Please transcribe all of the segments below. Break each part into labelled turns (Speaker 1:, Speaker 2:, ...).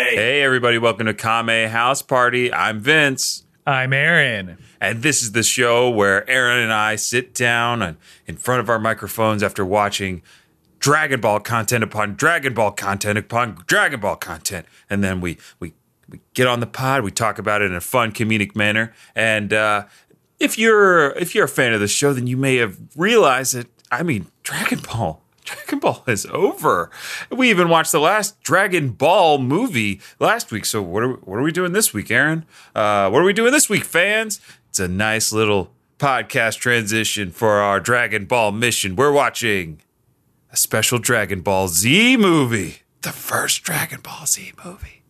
Speaker 1: everybody. Welcome to Kame House Party. I'm Vince.
Speaker 2: I'm Aaron.
Speaker 1: And this is the show where Aaron and I sit down and in front of our microphones after watching Dragon Ball content upon Dragon Ball content upon Dragon Ball content. And then we we we get on the pod, we talk about it in a fun comedic manner. And uh, if you're if you're a fan of the show, then you may have realized that I mean Dragon Ball. Dragon Ball is over. We even watched the last Dragon Ball movie last week. So what are we, what are we doing this week, Aaron? Uh, what are we doing this week, fans? It's a nice little podcast transition for our Dragon Ball mission. We're watching a special Dragon Ball Z movie, the first Dragon Ball Z movie.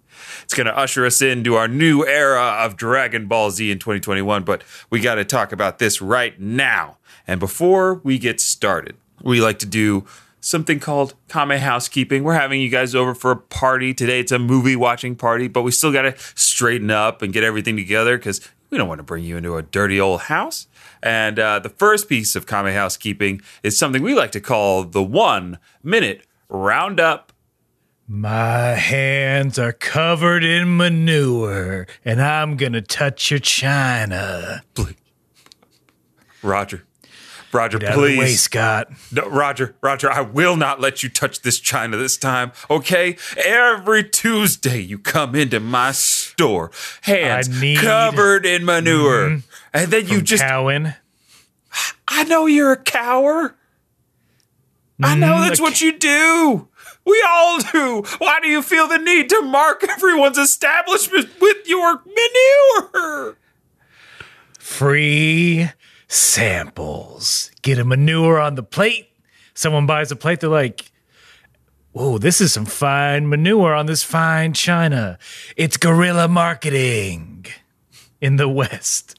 Speaker 1: It's going to usher us into our new era of Dragon Ball Z in 2021, but we got to talk about this right now. And before we get started, we like to do something called Kame Housekeeping. We're having you guys over for a party today. It's a movie watching party, but we still got to straighten up and get everything together because we don't want to bring you into a dirty old house. And uh, the first piece of Kame Housekeeping is something we like to call the one minute roundup.
Speaker 2: My hands are covered in manure, and I'm gonna touch your china.
Speaker 1: Roger. Roger,
Speaker 2: Get out of the way,
Speaker 1: please.
Speaker 2: Scott.
Speaker 1: No, Roger, Roger, I will not let you touch this china this time, okay? Every Tuesday you come into my store, hands
Speaker 2: I need- Mm-hmm.
Speaker 1: covered in manure. And then you just,
Speaker 2: Cowan.
Speaker 1: I know you're a cower. I know that's
Speaker 2: a
Speaker 1: what you do. We all do. Why do you feel the need to mark everyone's establishment with your manure?
Speaker 2: Free samples. Get a manure on the plate. Someone buys a plate, they're like, Whoa, this is some fine manure on this fine china. It's guerrilla marketing in the West.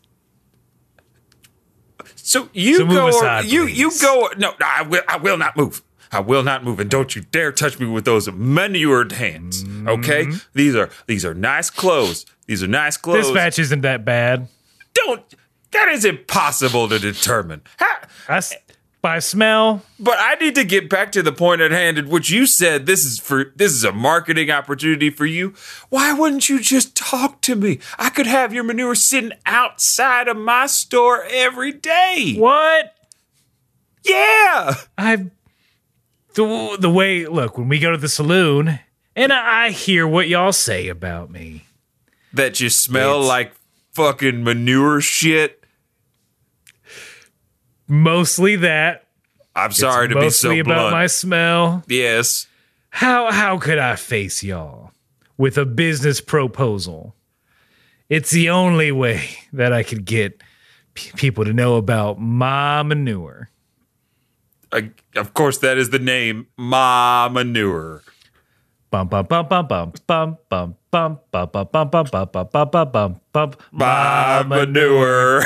Speaker 1: So you
Speaker 2: So move
Speaker 1: go.
Speaker 2: aside,
Speaker 1: you you
Speaker 2: please.
Speaker 1: go. No, no, I will. I will not move. I will not move, and don't you dare touch me with those manured hands. Okay, these are these are nice clothes. These are nice clothes.
Speaker 2: Mm-hmm. This match isn't that bad.
Speaker 1: Don't. That is impossible to determine. Ha-
Speaker 2: I s- by smell,
Speaker 1: But I need to get back to the point at hand in which you said this is for this is a marketing opportunity for you. Why wouldn't you just talk to me? I could have your manure sitting outside of my store every day.
Speaker 2: what?
Speaker 1: Yeah.
Speaker 2: I the the way look when we go to the saloon and I, I hear what y'all say about me.
Speaker 1: That you smell like fucking manure shit.
Speaker 2: Mostly that.
Speaker 1: I'm sorry to be so
Speaker 2: mostly
Speaker 1: blunt.
Speaker 2: about my smell.
Speaker 1: yes.
Speaker 2: How how could I face y'all with a business proposal? It's the only way that I could get p- people to know about my manure.
Speaker 1: I, of course that is the name Ma Manure.
Speaker 2: Bum bum bum bum bum bum bum bum bum bum bum bum bum bum bum bum bum bum
Speaker 1: Ma Manure.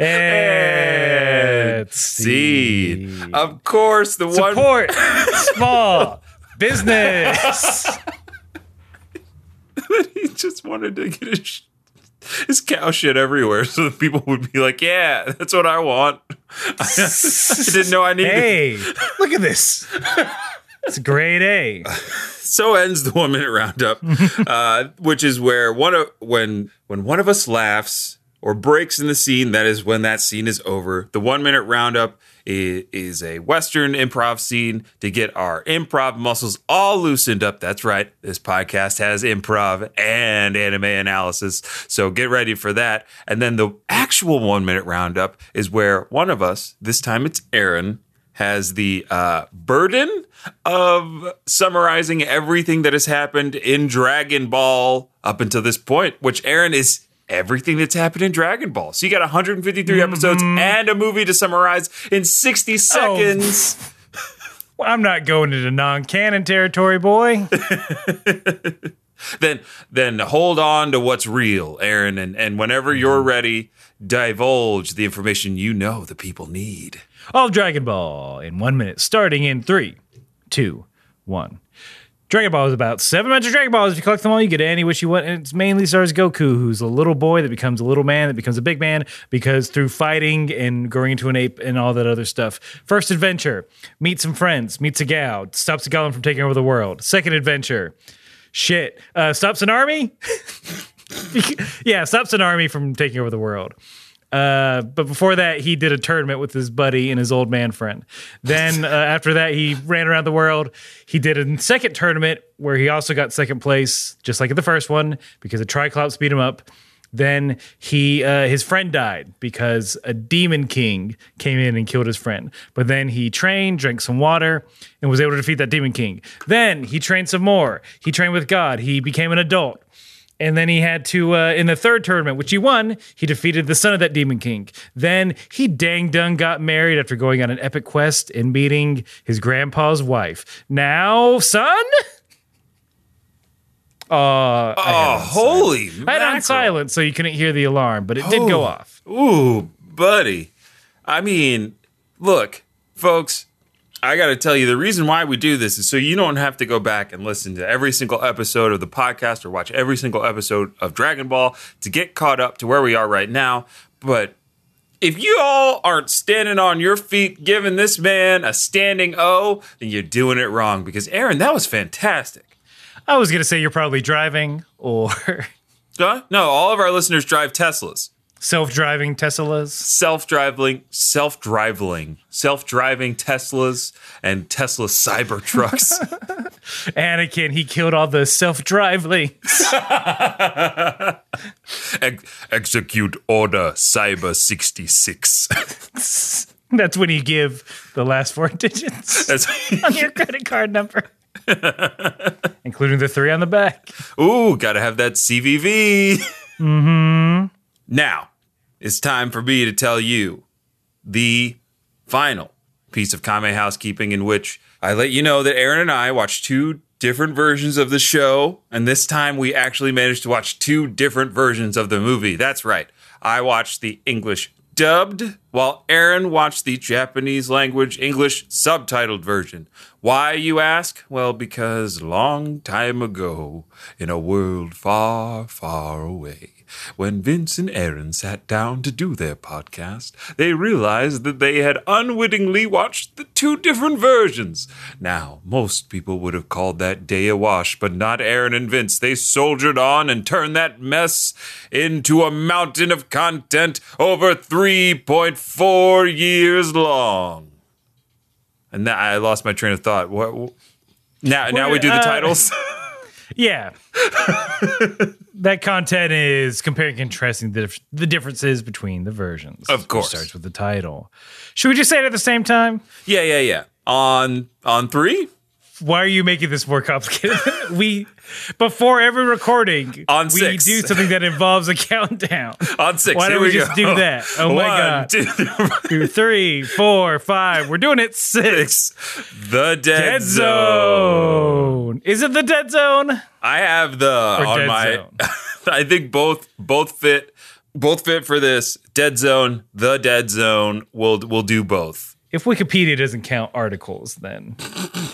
Speaker 2: Let's
Speaker 1: Seed. Of course the one
Speaker 2: Support small business.
Speaker 1: he just wanted to get his, sh- his cow shit everywhere so that people would be like, yeah, that's what I want. I didn't know I needed
Speaker 2: Hey, look at this. It's grade A.
Speaker 1: So ends the one minute roundup, uh, which is where one of when when one of us laughs or breaks in the scene, that is when that scene is over. The one minute roundup is, is a Western improv scene to get our improv muscles all loosened up. That's right. This podcast has improv and anime analysis, so get ready for that. And then the actual one minute roundup is where one of us, this time it's Aaron, has the uh, burden of summarizing everything that has happened in Dragon Ball up until this point, which Aaron is everything that's happened in Dragon Ball. So you got 153 episodes and a movie to summarize in 60 seconds.
Speaker 2: Well, I'm not going into non-canon territory, boy.
Speaker 1: Then then hold on to what's real, Aaron, and, and whenever you're ready, divulge the information you know the people need.
Speaker 2: All of Dragon Ball in one minute, starting in three, two, one. Dragon Ball is about seven magic Dragon Balls. If you collect them all, you get any wish you want. And it's mainly stars Goku, who's a little boy that becomes a little man, that becomes a big man, because through fighting and growing into an ape and all that other stuff. First adventure, meets some friends, meets a gal, stops a goblin from taking over the world. Second adventure, shit, uh, stops an army. yeah, stops an army from taking over the world. Uh, but before that, he did a tournament with his buddy and his old man friend. Then uh, after that, he ran around the world. He did a second tournament where he also got second place, just like in the first one, because a Triclops beat him up. Then he uh, his friend died because a demon king came in and killed his friend. But then he trained, drank some water, and was able to defeat that demon king. Then he trained some more. He trained with God. He became an adult. And then he had to, uh, in the third tournament, which he won, he defeated the son of that demon king. Then he dang done got married after going on an epic quest and meeting his grandpa's wife. Now, son? Uh,
Speaker 1: Oh, holy!
Speaker 2: I had it on
Speaker 1: mackerel.
Speaker 2: silent so you couldn't hear the alarm, but it did go
Speaker 1: Oh.
Speaker 2: off.
Speaker 1: Ooh, buddy. I mean, look, folks, I got to tell you the reason why we do this is so you don't have to go back and listen to every single episode of the podcast or watch every single episode of Dragon Ball to get caught up to where we are right now. But if you all aren't standing on your feet giving this man a standing O, then you're doing it wrong because Aaron, that was fantastic.
Speaker 2: I was going to say you're probably driving or
Speaker 1: Huh? No, all of our listeners drive Teslas.
Speaker 2: self driving Teslas.
Speaker 1: self-driving, self-driving, self-driving Teslas and Tesla Cybertrucks.
Speaker 2: Anakin, he killed all the self driving.
Speaker 1: Ex- execute order Cyber 66.
Speaker 2: That's when you give the last four digits.
Speaker 1: That's-
Speaker 2: on your credit card number, including the three on the back.
Speaker 1: Ooh, gotta have that CVV. Mm-hmm. Now, it's time for me to tell you the final piece of Kame housekeeping in which I let you know that Aaron and I watched two different versions of the show, and this time we actually managed to watch two different versions of the movie. That's right. I watched the English dubbed, while Aaron watched the Japanese language English subtitled version. Why, you ask? Well, because long time ago, in a world far, far away, when Vince and Aaron sat down to do their podcast, they realized that they had unwittingly watched the two different versions. Now, most people would have called that day a wash, but not Aaron and Vince. They soldiered on and turned that mess into a mountain of content over 3.4 years long. And that, I lost my train of thought. What? what- Now, now we do the
Speaker 2: uh,
Speaker 1: titles.
Speaker 2: Yeah. that content is comparing and contrasting the, dif- the differences between the versions.
Speaker 1: Of
Speaker 2: which
Speaker 1: course.
Speaker 2: starts with the title. Should we just say it at the same time?
Speaker 1: yeah, yeah, yeah. On on three.
Speaker 2: Why are you making this more complicated? we, before every recording,
Speaker 1: On
Speaker 2: we
Speaker 1: six.
Speaker 2: do something that involves a countdown.
Speaker 1: On six.
Speaker 2: Why
Speaker 1: Here
Speaker 2: don't we,
Speaker 1: go.
Speaker 2: just do that? Oh my
Speaker 1: One,
Speaker 2: God.
Speaker 1: two,
Speaker 2: Two, three, four, five. We're doing it six.
Speaker 1: six. The dead,
Speaker 2: Dead
Speaker 1: zone.
Speaker 2: zone. Is it the dead zone?
Speaker 1: I have the on
Speaker 2: dead
Speaker 1: my.
Speaker 2: zone.
Speaker 1: I think both both fit both fit for this dead zone. The dead zone. We'll we'll do both.
Speaker 2: if Wikipedia doesn't count articles, then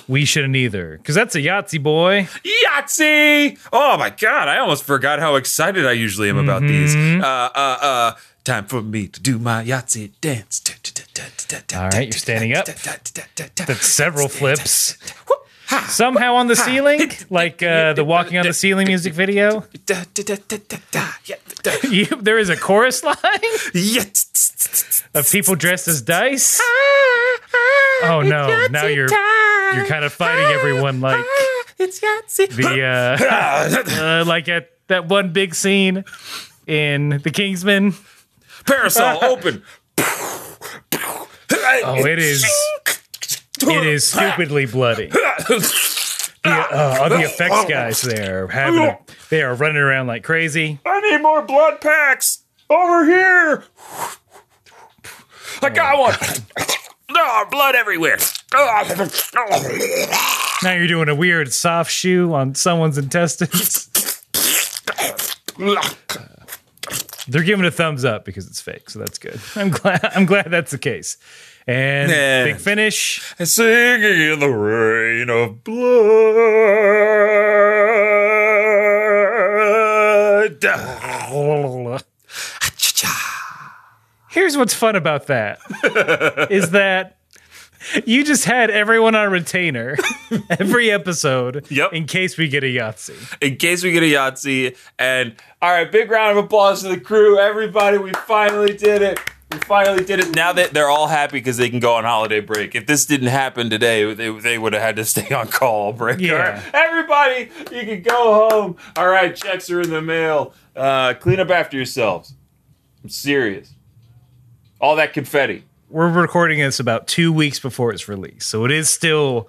Speaker 2: we shouldn't either. Because that's a Yahtzee boy.
Speaker 1: Yahtzee! Oh my god, I almost forgot how excited I usually am about these.
Speaker 2: Mm-hmm.
Speaker 1: Uh, uh, uh, time for me to do my Yahtzee dance.
Speaker 2: All right, you're standing up. That's several flips. Somehow on the ceiling, like uh, the walking on the ceiling music video. You, there is a chorus line of people dressed as dice. Oh no! Now you're you're kind of fighting everyone like
Speaker 1: It's Yahtzee.
Speaker 2: the uh, uh, like at that one big scene in The Kingsman.
Speaker 1: Parasol open.
Speaker 2: Oh, it is it is stupidly bloody. uh, all the effects guys there having a, they are running around like crazy.
Speaker 1: I need more blood packs over here. I got one. Oh, blood everywhere. Oh.
Speaker 2: Now you're doing a weird soft shoe on someone's intestines. Uh, They're giving a thumbs up because it's fake, so that's good. I'm glad. I'm glad that's the case. And
Speaker 1: Yeah.
Speaker 2: big finish.
Speaker 1: Singing in the rain of blood.
Speaker 2: Here's what's fun about that is that you just had everyone on retainer every episode
Speaker 1: Yep.
Speaker 2: in case we get a Yahtzee.
Speaker 1: in case we get a Yahtzee. And all right, big round of applause to the crew, everybody. We finally did it. We finally did it. Now that they're all happy because they can go on holiday break. If this didn't happen today, they, they would have had to stay on call all break.
Speaker 2: Yeah.
Speaker 1: All right, everybody, you can go home. All right, checks are in the mail. Uh, clean up after yourselves. I'm serious. All that confetti.
Speaker 2: We're recording this about two weeks before its release, so it is still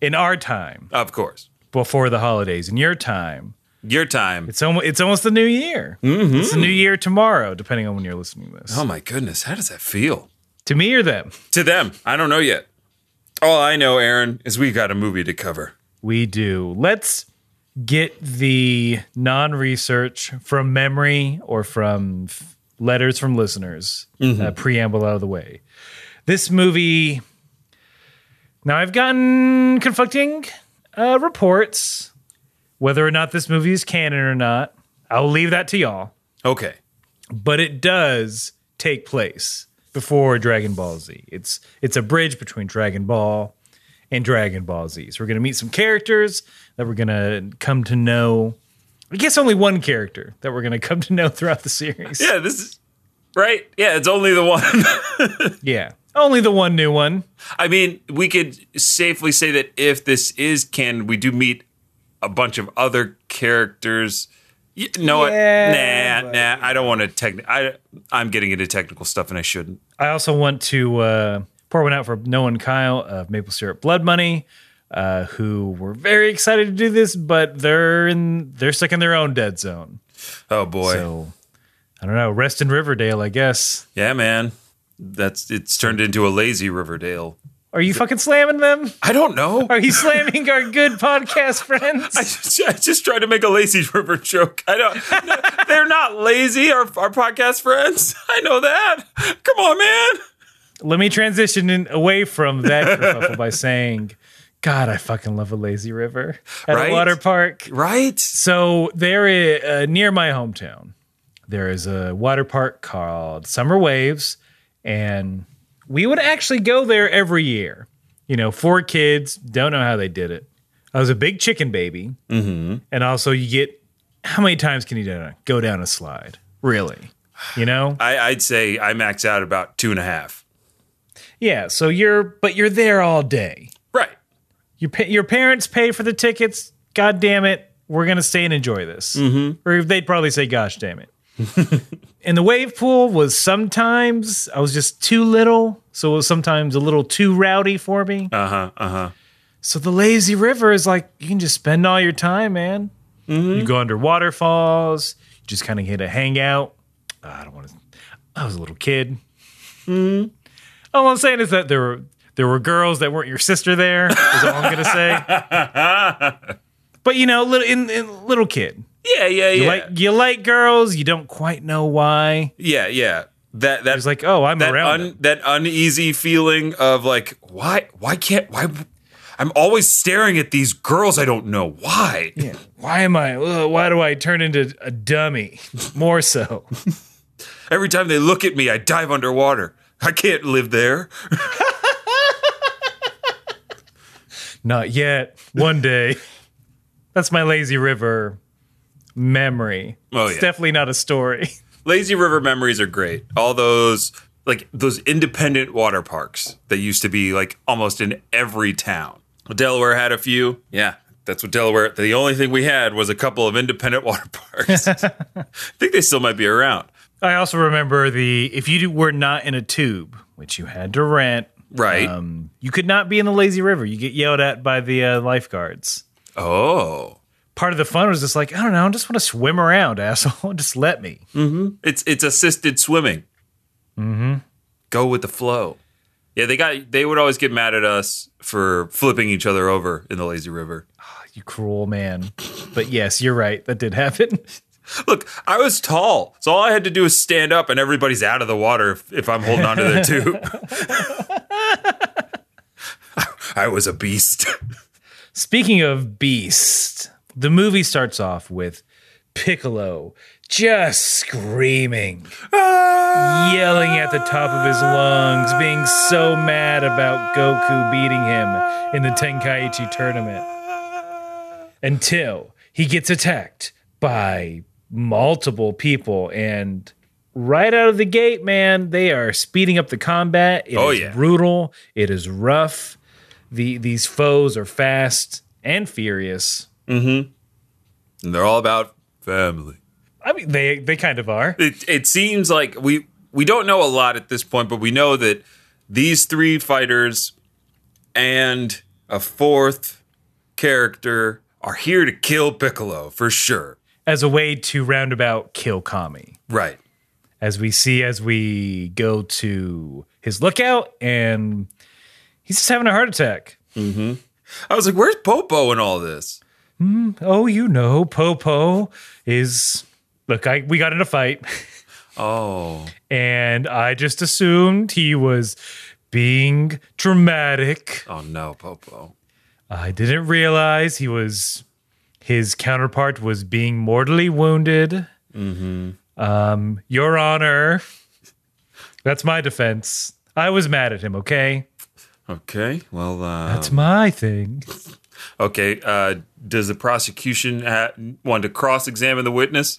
Speaker 2: in our time
Speaker 1: Of course.
Speaker 2: before the holidays. In your time,
Speaker 1: Your time.
Speaker 2: it's almost it's almost the new year. It's the new year tomorrow, depending on when you're listening to this.
Speaker 1: Oh my goodness. How does that feel?
Speaker 2: To me or them,
Speaker 1: To them. I don't know yet. All I know, Aaron, is we got a movie to cover.
Speaker 2: we do. Let's get the non-research from memory or from f- letters from listeners uh, preamble out of the way. This movie. Now I've gotten conflicting uh, reports whether or not this movie is canon or not. I'll leave that to y'all.
Speaker 1: Okay.
Speaker 2: but it does take place before Dragon Ball Z. It's it's a bridge between Dragon Ball and Dragon Ball Z. So we're gonna meet some characters that we're gonna come to know. I guess only one character that we're gonna come to know throughout the series.
Speaker 1: Yeah, this is right. Yeah, it's only the one.
Speaker 2: Yeah. Only the one new one.
Speaker 1: I mean, we could safely say that if this is canon, we do meet a bunch of other characters. You know what?
Speaker 2: Yeah,
Speaker 1: nah, nah. I don't want to technical. I I'm getting into technical stuff, and I shouldn't.
Speaker 2: I also want to uh, pour one out for Noah and Kyle of Maple Syrup Blood Money, uh, who were very excited to do this, but they're in they're stuck in their own dead zone.
Speaker 1: Oh boy.
Speaker 2: So I don't know. Rest in Riverdale, I guess.
Speaker 1: Yeah, man. That's it's turned into a lazy Riverdale.
Speaker 2: Are you fucking slamming them?
Speaker 1: I don't know.
Speaker 2: Are you slamming our good podcast friends?
Speaker 1: I just, I just tried to make a lazy river joke. I don't. no, they're not lazy. Our our podcast friends. I know that. Come on, man.
Speaker 2: Let me transition in, away from that kerfuffle by saying, God, I fucking love a lazy river at
Speaker 1: Right?
Speaker 2: a water park.
Speaker 1: Right.
Speaker 2: So there, i- uh, near my hometown, there is a water park called Summer Waves, and we would actually go there every year. You know, four kids. Don't know how they did it. I was a big chicken baby, mm-hmm. and also you get how many times can you do- go down a slide? Really? You know?
Speaker 1: I, I'd say I max out about two and a half.
Speaker 2: Yeah. So you're, but you're there all day.
Speaker 1: Right.
Speaker 2: Your pa- your parents pay for the tickets. God damn it, we're gonna stay and enjoy this. Mm-hmm. Or they'd probably say, "Gosh damn it." and the wave pool was sometimes I was just too little, so it was sometimes a little too rowdy for me.
Speaker 1: Uh huh. Uh huh.
Speaker 2: So the lazy river is like you can just spend all your time, man. You go under waterfalls. You just kind of get to hang out. I don't want to. I was a little kid. All I'm saying is that there were there were girls that weren't your sister there. Is all I'm gonna say. but you know, little in, in little kid,
Speaker 1: Yeah. Yeah.
Speaker 2: you
Speaker 1: Yeah.
Speaker 2: like you like girls. You don't quite know why.
Speaker 1: yeah. Yeah. That that
Speaker 2: It's like, oh, I'm
Speaker 1: that
Speaker 2: around.
Speaker 1: un,
Speaker 2: them.
Speaker 1: that uneasy feeling of like why why can't why I'm always staring at these girls I don't know why.
Speaker 2: Yeah. Why am I? ugh, why do I turn into a dummy? More so.
Speaker 1: Every time they look at me, I dive underwater. I can't live there.
Speaker 2: Not yet. One day. That's my lazy river memory.
Speaker 1: Oh,
Speaker 2: it's
Speaker 1: yeah.
Speaker 2: definitely not a story.
Speaker 1: Lazy River memories are great. All those like those independent water parks that used to be like almost in every town. Delaware had a few. Yeah, that's what Delaware. The only thing we had was a couple of independent water parks. I think they still might be around.
Speaker 2: I also remember the if you were not in a tube, which you had to rent,
Speaker 1: Right.
Speaker 2: um, you could not be in the lazy river. You get yelled at by the uh, lifeguards.
Speaker 1: oh,
Speaker 2: Part of the fun was just like, I don't know, I just want to swim around, asshole. Just let me.
Speaker 1: it's it's assisted swimming. Mm-hmm. Go with the flow. Yeah, they got. They would always get mad at us for flipping each other over in the lazy river.
Speaker 2: You cruel man. But yes, you're right. That did happen.
Speaker 1: Look, I was tall, so all I had to do was stand up, and everybody's out of the water if, if I'm holding onto their tube. I was a beast.
Speaker 2: Speaking of beast, the movie starts off with Piccolo just screaming, yelling at the top of his lungs, being so mad about Goku beating him in the Tenkaichi tournament. Until he gets attacked by multiple people and right out of the gate, man, they are speeding up the combat. It is
Speaker 1: Oh, yeah.
Speaker 2: brutal. It is rough. The these foes are fast and furious.
Speaker 1: And they're all about family.
Speaker 2: I mean, they they kind of are.
Speaker 1: It, it seems like we we don't know a lot at this point, but we know that these three fighters and a fourth character are here to kill Piccolo for sure.
Speaker 2: As a way to roundabout kill Kami,
Speaker 1: Right.
Speaker 2: as we see as we go to his lookout, and he's just having a heart attack.
Speaker 1: I was like, "Where's Popo in all this?"
Speaker 2: Oh, you know, Popo is look. I we got in a fight.
Speaker 1: Oh,
Speaker 2: and I just assumed he was being dramatic.
Speaker 1: oh no, Popo.
Speaker 2: I didn't realize he was his counterpart was being mortally wounded. Mm-hmm. Um, Your Honor, that's my defense. I was mad at him. Okay,
Speaker 1: Okay, well, uh,
Speaker 2: that's my thing.
Speaker 1: okay. Uh, does the prosecution ha- want to cross-examine the witness?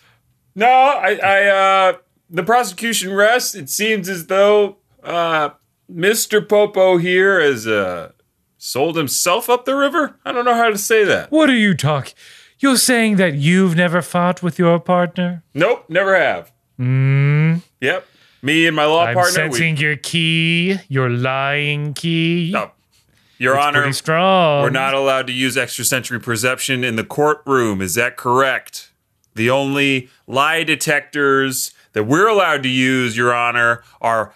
Speaker 1: No, I, I uh, the prosecution rests. It seems as though uh, Mr. Popo here has uh, sold himself up the river. I don't know how to say that.
Speaker 2: What are you talking? You're saying that you've never fought with your partner? Hmm?
Speaker 1: Nope, never have. Mm. Yep, me and my law
Speaker 2: I'm
Speaker 1: partner. we-
Speaker 2: sensing your key, your lying key.
Speaker 1: No, Your Honor,
Speaker 2: Pretty strong.
Speaker 1: We're not allowed to use extrasensory perception in the courtroom. Is that correct? The only lie detectors that we're allowed to use, Your Honor, are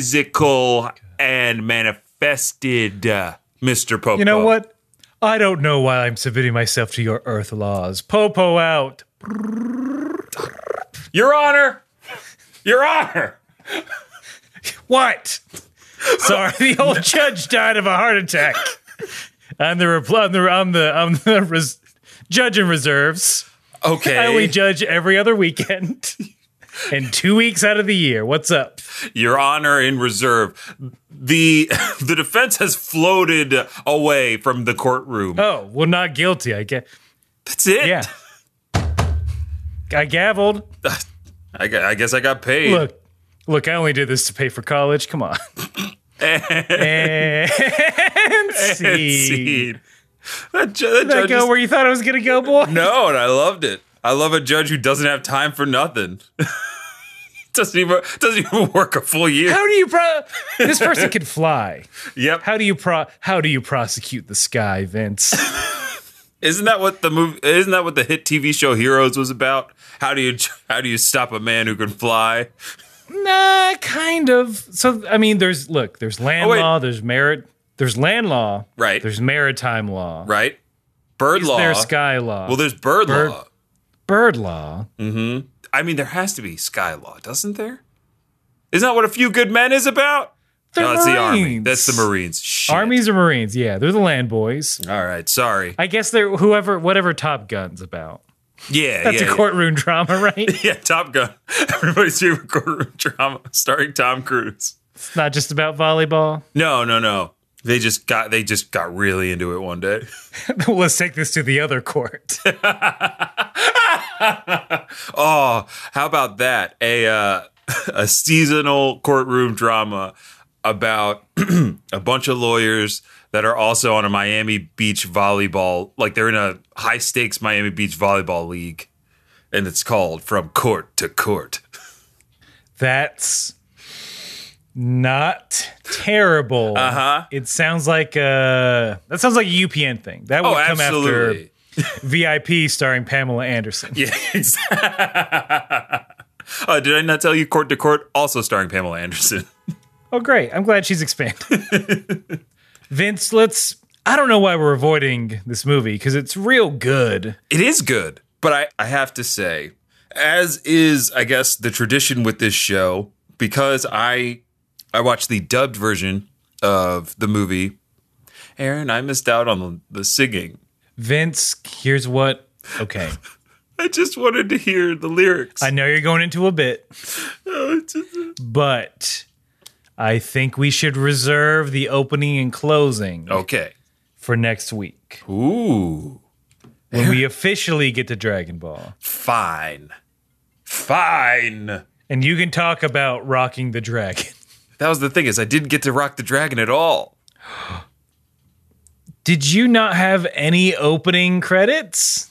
Speaker 1: physical and manifested, uh, Mr. Popo.
Speaker 2: You know what? I don't know why I'm submitting myself to your earth laws. Popo out.
Speaker 1: Your Honor! Your Honor!
Speaker 2: What? Sorry, the old judge died of a heart attack. I'm the repl- I'm the I'm the I'm the res- judge in reserves.
Speaker 1: Okay.
Speaker 2: I only judge every other weekend. And two weeks out of the year. What's up?
Speaker 1: Your Honor in reserve. The the defense has floated away from the courtroom.
Speaker 2: Oh, well, not guilty. I get.
Speaker 1: That's it.
Speaker 2: Yeah. I gaveled.
Speaker 1: I, gu- I guess I got paid.
Speaker 2: Look, look. I only did this to pay for college. Come on. and, see.
Speaker 1: Scene. That, ju- that
Speaker 2: Did I
Speaker 1: judge is
Speaker 2: go where you thought I was gonna go, boy?
Speaker 1: No, and I loved it. I love a judge who doesn't have time for nothing. doesn't even doesn't even work a full year.
Speaker 2: How do you pro? This person can fly.
Speaker 1: Yep.
Speaker 2: How do you pro? How do you prosecute the sky, Vince?
Speaker 1: Isn't that what the movie? Isn't that what the hit TV show Heroes was about? How do you how do you stop a man who can fly?
Speaker 2: nah, kind of. So I mean, there's look, there's land
Speaker 1: Oh, wait.
Speaker 2: law, there's merit, there's land law,
Speaker 1: Right.
Speaker 2: There's maritime law,
Speaker 1: Right. Bird law.
Speaker 2: There's sky law.
Speaker 1: well, there's bird,
Speaker 2: Bird-
Speaker 1: law.
Speaker 2: bird law.
Speaker 1: I mean, there has to be sky law, doesn't there? Isn't that what A Few Good Men is about?
Speaker 2: The
Speaker 1: no, it's the army.
Speaker 2: Marines.
Speaker 1: That's the Marines. Shit.
Speaker 2: Armies or Marines? Yeah, they're the land boys.
Speaker 1: All right. Sorry.
Speaker 2: I guess they're whoever, whatever Top Gun's about.
Speaker 1: yeah.
Speaker 2: That's
Speaker 1: yeah,
Speaker 2: a
Speaker 1: yeah.
Speaker 2: courtroom drama, right?
Speaker 1: Yeah, Top Gun. Everybody's favorite courtroom drama starring Tom Cruise.
Speaker 2: it's not just about volleyball.
Speaker 1: No, no, no. They just got they just got really into it one day.
Speaker 2: Let's take this to the other court.
Speaker 1: Oh, how about that? A uh, a seasonal courtroom drama about a bunch of lawyers that are also on a Miami Beach volleyball like they're in a high stakes Miami Beach volleyball league and it's called From Court to Court.
Speaker 2: That's not terrible. Uh huh.
Speaker 1: Uh-huh.
Speaker 2: It sounds like uh that sounds like a UPN thing. That would
Speaker 1: Oh,
Speaker 2: come
Speaker 1: absolutely.
Speaker 2: after VIP starring Pamela Anderson.
Speaker 1: Yeah. exact- uh, did I not tell you Court to Court also starring Pamela Anderson?
Speaker 2: Oh, great! I'm glad she's expanded. Vince, let's. I don't know why we're avoiding this movie because it's real good.
Speaker 1: It is good, but I, I have to say, as is, I guess, the tradition with this show, because I I watched the dubbed version of the movie. Aaron, I missed out on the, the singing.
Speaker 2: Vince, here's what. Okay.
Speaker 1: I just wanted to hear the lyrics.
Speaker 2: I know you're going into a bit,
Speaker 1: Oh, it's just-
Speaker 2: but I think we should reserve the opening and closing
Speaker 1: okay.
Speaker 2: for next week
Speaker 1: Ooh,
Speaker 2: when we officially get to Dragon Ball.
Speaker 1: fine, fine.
Speaker 2: And you can talk about rocking the dragon.
Speaker 1: That was the thing is I didn't get to rock the dragon at all.
Speaker 2: Did you not have any opening credits?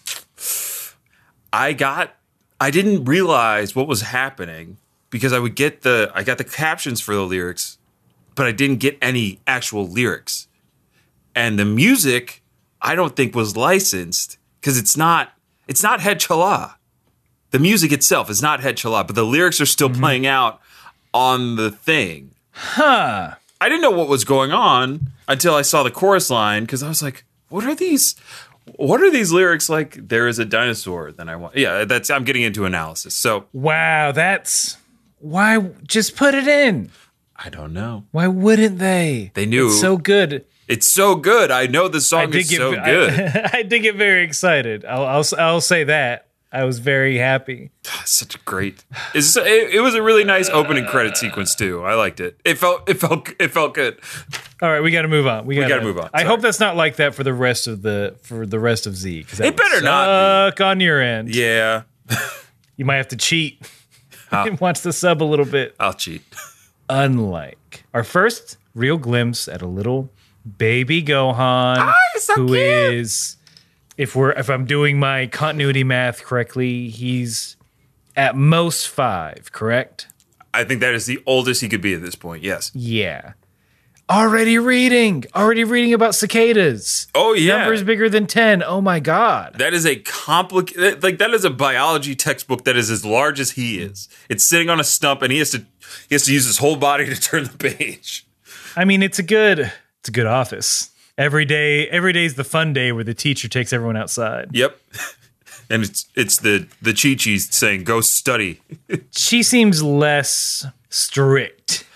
Speaker 1: I got I didn't realize what was happening because I would get the I got the captions for the lyrics, but I didn't get any actual lyrics. And the music I don't think was licensed because it's not it's not Head Chala. The music itself is not Head Chala, but the lyrics are still playing out on the thing.
Speaker 2: Huh.
Speaker 1: I didn't know what was going on until I saw the chorus line because I was like, "What are these? What are these lyrics like?" There is a dinosaur. Then I want, yeah, that's I'm getting into analysis. So
Speaker 2: Wow, that's why just put it in.
Speaker 1: I don't know.
Speaker 2: Why wouldn't they?
Speaker 1: They knew.
Speaker 2: It's so good.
Speaker 1: It's so good. I know the song is so
Speaker 2: I-
Speaker 1: good.
Speaker 2: I did get very excited. I'll, I'll I'll say that. I was very happy.
Speaker 1: Such a great. It's, it, it was a really nice opening credit sequence too. I liked it. It felt it felt it felt good.
Speaker 2: All right, we got to move on. We got
Speaker 1: gotta move on.
Speaker 2: I
Speaker 1: Sorry.
Speaker 2: hope that's not like that for the rest of the for the rest of Z. It
Speaker 1: better not
Speaker 2: Suck on your end.
Speaker 1: Yeah,
Speaker 2: You might have to cheat and watch the sub a little bit.
Speaker 1: I'll cheat.
Speaker 2: Unlike our first real glimpse at a little baby Gohan, who is,
Speaker 1: so cute.
Speaker 2: if we're if I'm doing my continuity math correctly, he's at most five. Correct?
Speaker 1: I think that is the oldest he could be at this point. Yes.
Speaker 2: Yeah. Already reading, already reading about cicadas.
Speaker 1: Oh yeah.
Speaker 2: Numbers bigger than 10. Oh my God.
Speaker 1: That is a complicated, like that is a biology textbook that is as large as he is. It's sitting on a stump, and he has to he has to use his whole body to turn the page.
Speaker 2: I mean, it's a good, it's a good office. Every day, every day's the fun day where the teacher takes everyone outside.
Speaker 1: Yep, and it's it's the the Chi Chi saying, "Go study."
Speaker 2: She seems less strict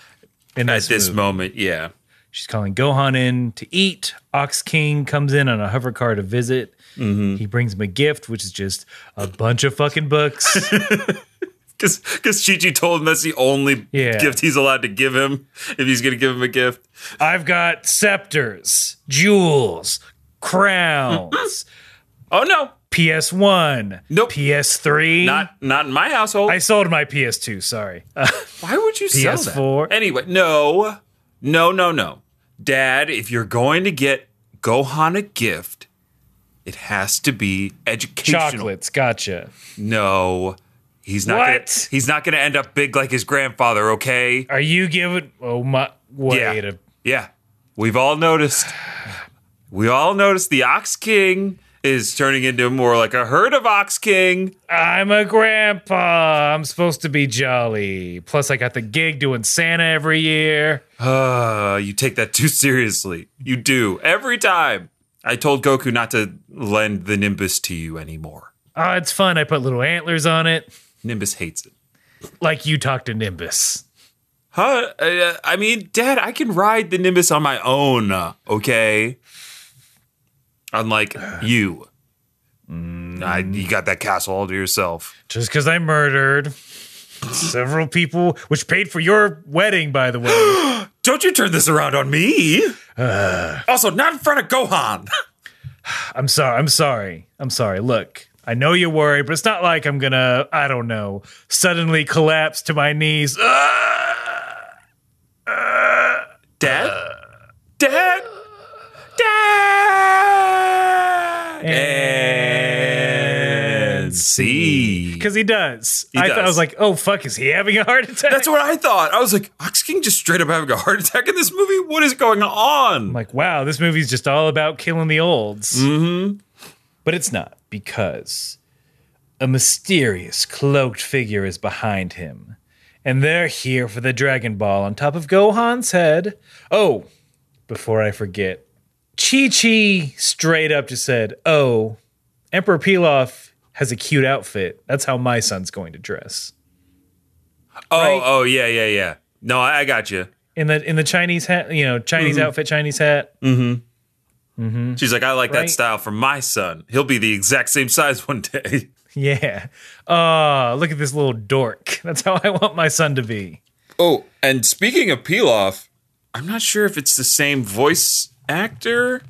Speaker 2: in
Speaker 1: At
Speaker 2: this,
Speaker 1: this
Speaker 2: movie.
Speaker 1: moment, yeah,
Speaker 2: She's calling Gohan in to eat. Ox King comes in on a hover car to visit.
Speaker 1: Mm-hmm.
Speaker 2: He brings him a gift, which is just a bunch of fucking books.
Speaker 1: because because Chi Chi told him that's the only
Speaker 2: Yeah.
Speaker 1: gift he's allowed to give him if he's going to give him a gift.
Speaker 2: I've got scepters, jewels, crowns.
Speaker 1: Oh no,
Speaker 2: PS1.
Speaker 1: Nope.
Speaker 2: PS3.
Speaker 1: not not in my household.
Speaker 2: I sold my PS2. Sorry. Uh,
Speaker 1: Why would you sell
Speaker 2: PS4?
Speaker 1: that? Anyway, no, no, no, no, Dad. If you're going to get Gohan a gift, it has to be educational.
Speaker 2: chocolates. Gotcha.
Speaker 1: No, he's not. Gonna,
Speaker 2: What?
Speaker 1: he's not going to end up big like his grandfather. Okay.
Speaker 2: Are you giving? Oh my. Wait.
Speaker 1: yeah.
Speaker 2: A,
Speaker 1: Yeah. We've all noticed. We all noticed the Ox King is turning into more like a herd of Ox King.
Speaker 2: I'm a grandpa. I'm supposed to be jolly. Plus, I got the gig doing Santa every year.
Speaker 1: Uh, you take that too seriously. You do. Every time. I told Goku not to lend the Nimbus to you anymore.
Speaker 2: Oh, it's fun. I put little antlers on it,
Speaker 1: Nimbus hates it.
Speaker 2: like you talk to Nimbus.
Speaker 1: Huh? Uh, I mean, Dad, I can ride the Nimbus on my own, uh, okay? Unlike you. I, you got that castle all to yourself.
Speaker 2: Just because I murdered several people, which paid for your wedding, by the way.
Speaker 1: Don't you turn this around on me.
Speaker 2: Uh.
Speaker 1: also, not in front of Gohan.
Speaker 2: I'm sorry. I'm sorry. I'm sorry. Look, I know you're worried, but it's not like I'm going to, I don't know, suddenly collapse to my knees. Ah! Ugh.
Speaker 1: Dad? Dad? Dad! And see.
Speaker 2: Because he does.
Speaker 1: He
Speaker 2: I, thought- I
Speaker 1: does.
Speaker 2: was like, oh, fuck, is he having a heart attack?
Speaker 1: That's what I thought. I was like, Ox King just straight up having a heart attack in this movie? What is going on?
Speaker 2: I'm like, wow, this movie's just all about killing the olds. Mm-hmm. But it's not because a mysterious cloaked figure is behind him. And they're here for the Dragon Ball on top of Gohan's head. Oh, before I forget, Chi Chi straight up just said, Oh, Emperor Pilaf has a cute outfit. That's how my son's going to dress.
Speaker 1: Oh,
Speaker 2: Right.
Speaker 1: oh, yeah, yeah, yeah. No, I, I got you.
Speaker 2: In the in the Chinese hat, you know, Chinese
Speaker 1: Mm-hmm.
Speaker 2: outfit, Chinese hat.
Speaker 1: She's like, I like that
Speaker 2: Right.
Speaker 1: style for my son. He'll be the exact same size one day.
Speaker 2: Yeah. Oh, look at this little dork. That's how I want my son to be.
Speaker 1: Oh, and speaking of Pilaf, I'm not sure if it's the same voice actor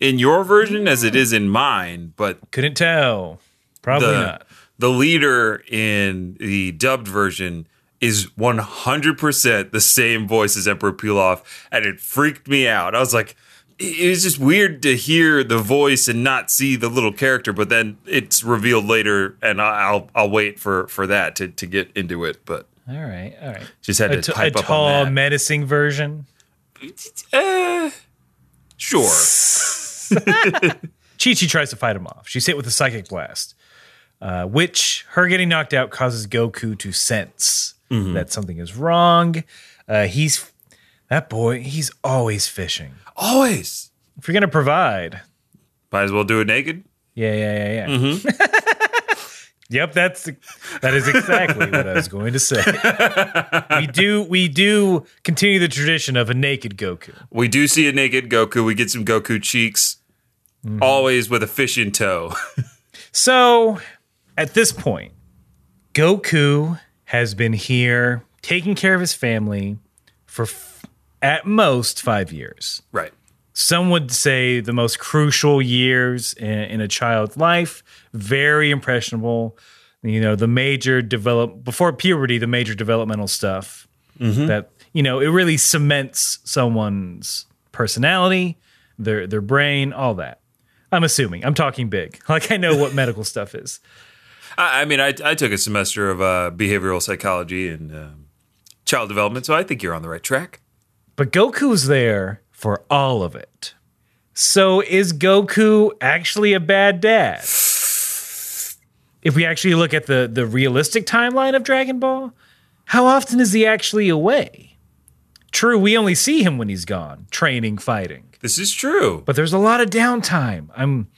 Speaker 1: in your version as it is in mine, but
Speaker 2: Couldn't tell. Probably
Speaker 1: the
Speaker 2: not.
Speaker 1: the leader in the dubbed version is 100% the same voice as Emperor Pilaf, and it freaked me out. I was like, it it was just weird to hear the voice and not see the little character, but then it's revealed later, and I- I'll I'll wait for for that to, to get into it. But
Speaker 2: All right. All right.
Speaker 1: just had
Speaker 2: A
Speaker 1: to
Speaker 2: t- a
Speaker 1: pipe up
Speaker 2: tall,
Speaker 1: on that.
Speaker 2: menacing version.
Speaker 1: Eh, sure,
Speaker 2: Chi Chi tries to fight him off. She's hit with a psychic blast, uh, which her getting knocked out causes Goku to sense
Speaker 1: Mm-hmm.
Speaker 2: that something is wrong. Uh, he's that boy, he's always fishing.
Speaker 1: always
Speaker 2: If you're going to provide,
Speaker 1: might as well do it naked.
Speaker 2: yeah, yeah, yeah, yeah. yep, that's that is exactly what I was going to say. we do we do continue the tradition of a naked Goku.
Speaker 1: We do see a naked Goku. We get some Goku cheeks, always with a fish in tow.
Speaker 2: So at this point, Goku has been here taking care of his family for f- at most five years.
Speaker 1: right.
Speaker 2: Some would say the most crucial years in, in a child's life, very impressionable. You know, the major develop before puberty, the major developmental stuff that, you know, it really cements someone's personality, their their brain, all that. I'm assuming. I'm talking big. Like I know what medical stuff is.
Speaker 1: I, I mean, I, I took a semester of uh, behavioral psychology and um, child development, so I think you're on the right track.
Speaker 2: But Goku's there for all of it. So is Goku actually a bad dad? If we actually look at the the realistic timeline of Dragon Ball, how often is he actually away? True, we only see him when he's gone, training, fighting.
Speaker 1: This is true.
Speaker 2: But there's a lot of downtime. I'm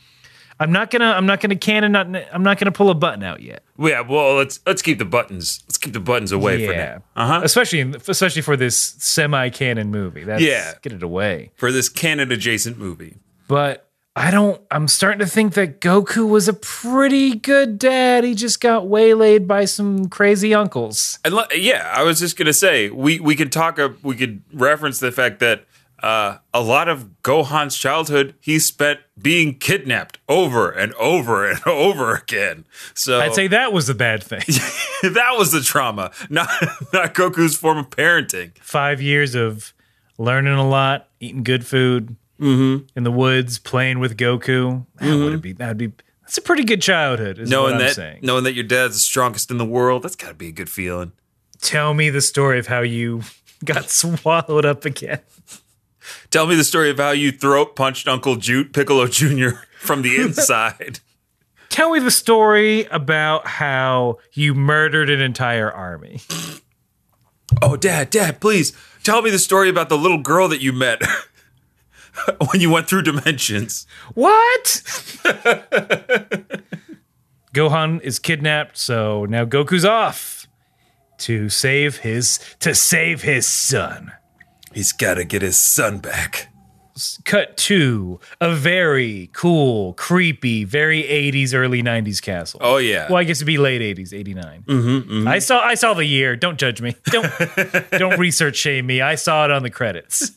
Speaker 2: I'm not gonna I'm not gonna canon not I'm not gonna pull a button out yet.
Speaker 1: Yeah. Well, let's let's keep the buttons. Let's keep the buttons away for now. Uh huh.
Speaker 2: Especially in, especially for this semi canon movie. That's
Speaker 1: Yeah.
Speaker 2: get it away.
Speaker 1: For this canon adjacent movie.
Speaker 2: but I don't. I'm starting to think that Goku was a pretty good dad. He just got waylaid by some crazy uncles.
Speaker 1: And le- yeah, I was just gonna say we we could talk. A, we could reference the fact that uh, a lot of Gohan's childhood he spent being kidnapped over and over and over again. So
Speaker 2: I'd say that was the bad thing.
Speaker 1: that was the trauma, not not Goku's form of parenting.
Speaker 2: Five years of learning a lot, eating good food
Speaker 1: Mm-hmm.
Speaker 2: in the woods, playing with Goku. That would be. That'd be. That's a pretty good childhood. Is
Speaker 1: knowing
Speaker 2: what I'm
Speaker 1: that
Speaker 2: saying.
Speaker 1: knowing that your dad's the strongest in the world that's got to be a good feeling
Speaker 2: Tell me the story of how you got swallowed up again.
Speaker 1: tell me the story of how you throat punched uncle jute piccolo jr from the inside
Speaker 2: Tell me the story about how you murdered an entire army.
Speaker 1: oh dad dad please tell me the story about the little girl that you met when you went through dimensions
Speaker 2: What? Gohan is kidnapped, so now Goku's off to save his to save his son.
Speaker 1: he's got to get his son back
Speaker 2: Cut to a very cool, creepy, very 80s, early 90s castle.
Speaker 1: oh yeah Mm-hmm,
Speaker 2: Well, I guess it'd be late 80s, 89. I saw I saw the year. Don't judge me. Don't don't research shame me. I saw it on the credits.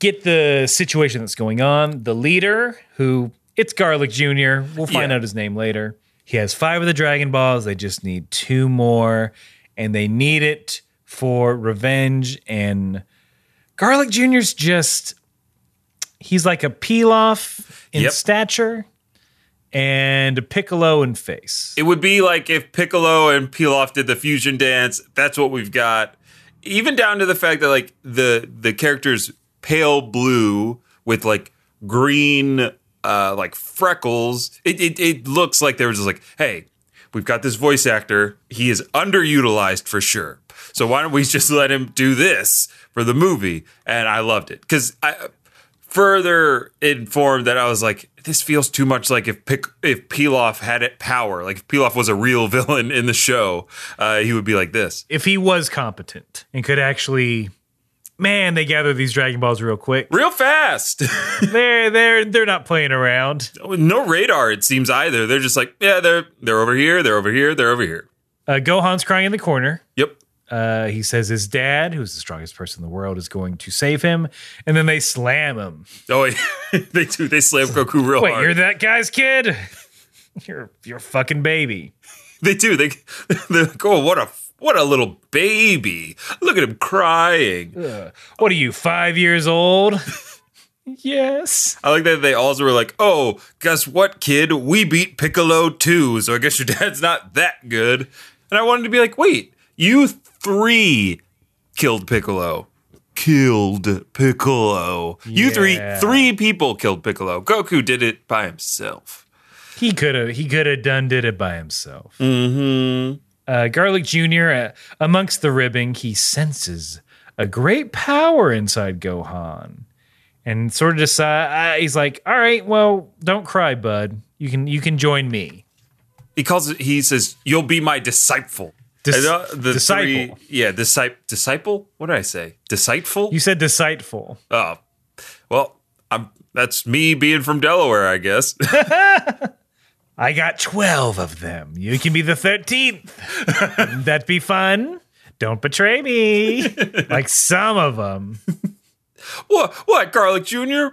Speaker 2: Get the situation that's going on. The leader, who it's Garlic Jr. We'll find
Speaker 1: Yeah.
Speaker 2: out his name later. He has five of the Dragon Balls. They just need two more, and they need it for revenge. And Garlic Jr.'s just he's like a Pilaf in
Speaker 1: Yep.
Speaker 2: stature and a Piccolo in face.
Speaker 1: it would be like if Piccolo and Pilaf did the fusion dance. That's what we've got. Even down to the fact that like the the character's pale blue with like green uh like freckles. It it, it looks like they were just like, hey, we've got this voice actor. He is underutilized for sure. So why don't we just let him do this for the movie? And I loved it because I further informed that I was like, this feels too much like if Pick, if Pilaf had it power, like if Pilaf was a real villain in the show, uh, he would be like this.
Speaker 2: If he was competent and could actually, man, they gather these Dragon Balls real quick.
Speaker 1: Real fast.
Speaker 2: they're they're they're not playing around.
Speaker 1: no radar, it seems either. They're just like, yeah, they're they're over here, they're over here, they're over here.
Speaker 2: Uh, Gohan's crying in the corner.
Speaker 1: Yep.
Speaker 2: Uh, he says his dad, who's the strongest person in the world, is going to save him, and then they slam him.
Speaker 1: Oh, yeah. they do. They slam Goku real
Speaker 2: Wait,
Speaker 1: hard.
Speaker 2: you're that guy's kid? you're you're a fucking baby.
Speaker 1: they do. They they're like, oh, what a what a little baby. Look at him crying.
Speaker 2: What are you, five years old? yes.
Speaker 1: I like that they also were like, oh, guess what, kid? We beat Piccolo too, so I guess your dad's not that good. And I wanted to be like, wait, you three killed Piccolo. Killed Piccolo. You three,
Speaker 2: Yeah.
Speaker 1: three people killed Piccolo. Goku did it by himself.
Speaker 2: He could have. He could have done did it by himself. Mm-hmm. Uh, Garlic Junior, uh, amongst the ribbing, he senses a great power inside Gohan, and sort of decide. Uh, he's like, "All right, well, don't cry, bud. You can you can join me."
Speaker 1: He calls it, he says, you'll be my disciple.
Speaker 2: Dis-
Speaker 1: And, uh, the
Speaker 2: disciple.
Speaker 1: three- yeah, disciple. Disciple? What did I say? Discipful?
Speaker 2: You said decideful.
Speaker 1: Oh, well, I'm, that's me being from Delaware, I guess.
Speaker 2: I got twelve of them. You can be the thirteenth. That'd be fun. Don't betray me, like some of them.
Speaker 1: What? What, Garlic Jr.?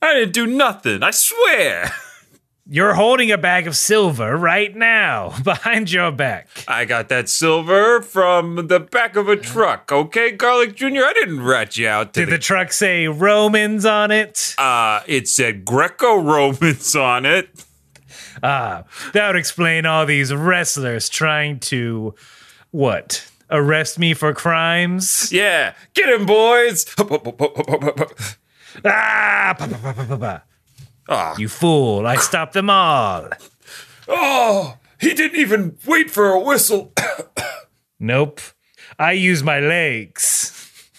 Speaker 1: I didn't do nothing. I swear.
Speaker 2: You're holding a bag of silver right now behind your back.
Speaker 1: I got that silver from the back of a truck. Okay, Garlic Jr. I didn't rat you out. To
Speaker 2: Did the truck say Romans on it?
Speaker 1: the- uh, it said Greco Romans on it.
Speaker 2: Ah, that would explain all these wrestlers trying to what? Arrest me for crimes?
Speaker 1: Yeah, get him, boys. Hup, hup, hup, hup, hup, hup, hup.
Speaker 2: Ah, pa, pa, pa, pa, pa, pa.
Speaker 1: Ah.
Speaker 2: you fool! I stopped them all.
Speaker 1: Oh, he didn't even wait for a whistle.
Speaker 2: Nope, I use my legs,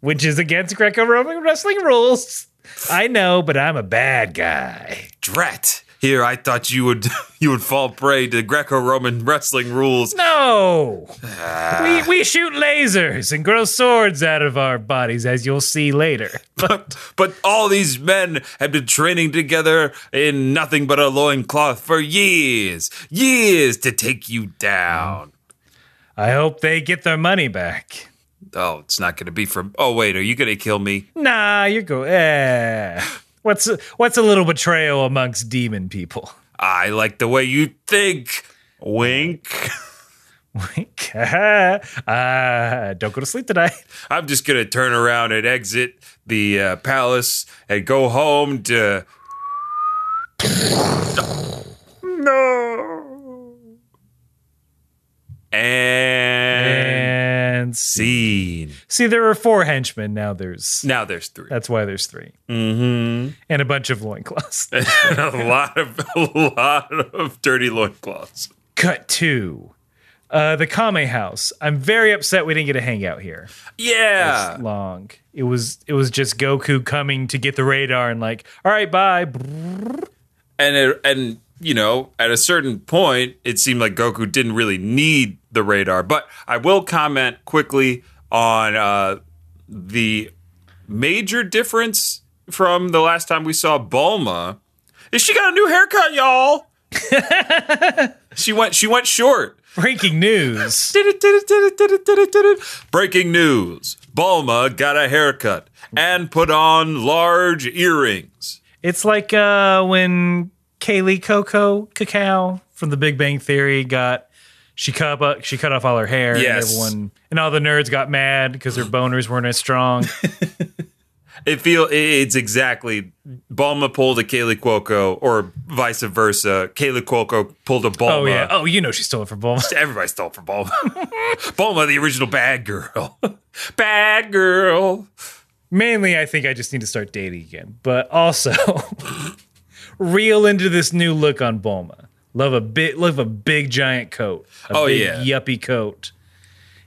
Speaker 2: which is against Greco-Roman wrestling rules. I know, but I'm a bad guy.
Speaker 1: Drat. Here, I thought you would you would fall prey to Greco-Roman wrestling rules.
Speaker 2: No,
Speaker 1: Ah.
Speaker 2: we we shoot lasers and grow swords out of our bodies, as you'll see later.
Speaker 1: But, but all these men have been training together in nothing but a loincloth for years, years to take you down.
Speaker 2: I hope they get their money back.
Speaker 1: Oh, it's not going to be from. Oh, wait, are you going to kill me?
Speaker 2: Nah, you're go. Eh. What's what's a little betrayal amongst demon people?
Speaker 1: I like the way you think. Wink.
Speaker 2: Wink. uh, don't go to sleep tonight.
Speaker 1: I'm just going to turn around and exit the uh, palace and go home to. No. And.
Speaker 2: And see,
Speaker 1: Scene.
Speaker 2: see, there are four henchmen now. There's
Speaker 1: Now there's three.
Speaker 2: that's why there's 3 mm-hmm. and a bunch of loincloths.
Speaker 1: a lot of a lot of dirty loincloths.
Speaker 2: Cut two. Uh, the Kame House. I'm very upset we didn't get a hangout here.
Speaker 1: Yeah.
Speaker 2: long. It was it was just Goku coming to get the radar and like, all right, bye.
Speaker 1: And it, and you know, at a certain point it seemed like Goku didn't really need the radar, but I will comment quickly on uh the major difference from the last time we saw Bulma is she got a new haircut, y'all. she went she went short.
Speaker 2: Breaking news.
Speaker 1: Breaking news Bulma got a haircut and put on large earrings.
Speaker 2: It's like uh, when Kaylee Coco Cacao from The Big Bang Theory got she cut up, she cut off all her hair.
Speaker 1: Yes.
Speaker 2: And everyone and all the nerds got mad because her boners weren't as strong.
Speaker 1: It feel it's exactly Bulma pulled a Kaylee Cuoco or vice versa. Kaylee Cuoco pulled a Bulma.
Speaker 2: oh yeah. Oh, you know she stole it from Bulma.
Speaker 1: Everybody stole from Bulma. Bulma, the original bad girl. Bad girl.
Speaker 2: Mainly, I think I just need to start dating again, but also reel into this new look on Bulma. Love a bit, love a big giant coat. A
Speaker 1: Oh,
Speaker 2: big
Speaker 1: yeah.
Speaker 2: yuppie coat.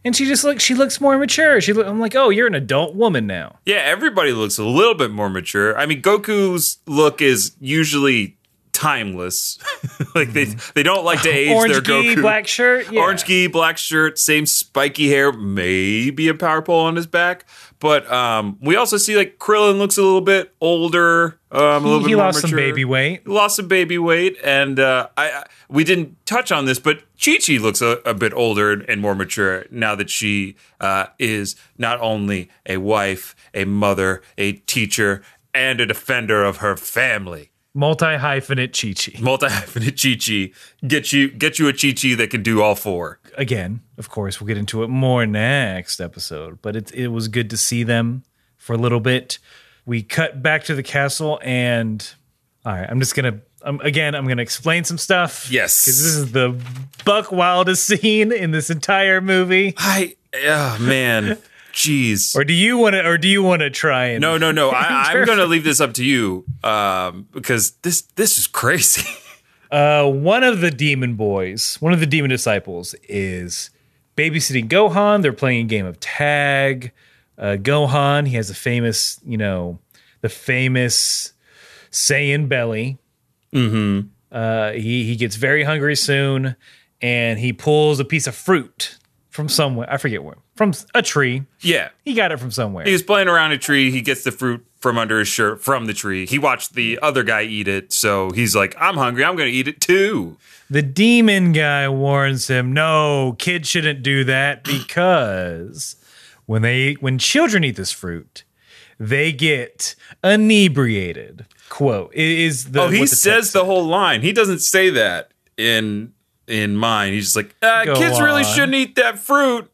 Speaker 2: and she just looks she looks more mature. She look, I'm like, "Oh, you're an adult woman now."
Speaker 1: Yeah, everybody looks a little bit more mature. I mean, Goku's look is usually timeless. like they they don't like to age
Speaker 2: Mm-hmm. Orange
Speaker 1: their
Speaker 2: gi,
Speaker 1: Goku.
Speaker 2: black shirt. Yeah.
Speaker 1: Orange gi, black shirt, same spiky hair, maybe a power pole on his back. But um, we also see like Krillin looks a little bit older, um, a little bit
Speaker 2: He
Speaker 1: more
Speaker 2: lost some
Speaker 1: mature.
Speaker 2: baby weight.
Speaker 1: Lost some baby weight, and uh, I, I we didn't touch on this, but Chi Chi looks a, a bit older and more mature now that she uh, is not only a wife, a mother, a teacher, and a defender of her family.
Speaker 2: Multi hyphenate Chi Chi.
Speaker 1: Multi hyphenate Chi Chi, get you get you a Chi Chi that can do all four.
Speaker 2: Again, of course, we'll get into it more next episode, but it, it was good to see them for a little bit. We cut back to the castle, and all right, I'm just going to, um, again, I'm going to explain some stuff.
Speaker 1: Yes.
Speaker 2: Because this is the Buck Wildest scene in this entire movie.
Speaker 1: I oh man, jeez.
Speaker 2: Or do you want to, or do you want to try and.
Speaker 1: No, no, no. I, I'm
Speaker 2: Sure.
Speaker 1: going to leave this up to you um, because this this is crazy.
Speaker 2: Uh, one of the demon boys, one of the demon disciples, is babysitting Gohan. They're playing a game of tag. Uh, Gohan, he has a famous, you know, the famous Saiyan belly. Mm-hmm. Uh, he he gets very hungry soon, and he pulls a piece of fruit from somewhere. I forget where. From a tree.
Speaker 1: yeah,
Speaker 2: He got it from somewhere.
Speaker 1: he was playing around a tree. He gets the fruit from under his shirt from the tree. He watched the other guy eat it, so he's like, "I'm hungry. I'm going to eat it too."
Speaker 2: The demon guy warns him, "No, kids shouldn't do that because when they when children eat this fruit, they get inebriated." Quote i- is the
Speaker 1: Oh, he
Speaker 2: what the
Speaker 1: says
Speaker 2: text-
Speaker 1: the whole line. He doesn't say that in in mine. He's just like, uh,
Speaker 2: Go
Speaker 1: "Kids really
Speaker 2: on.
Speaker 1: shouldn't eat that fruit."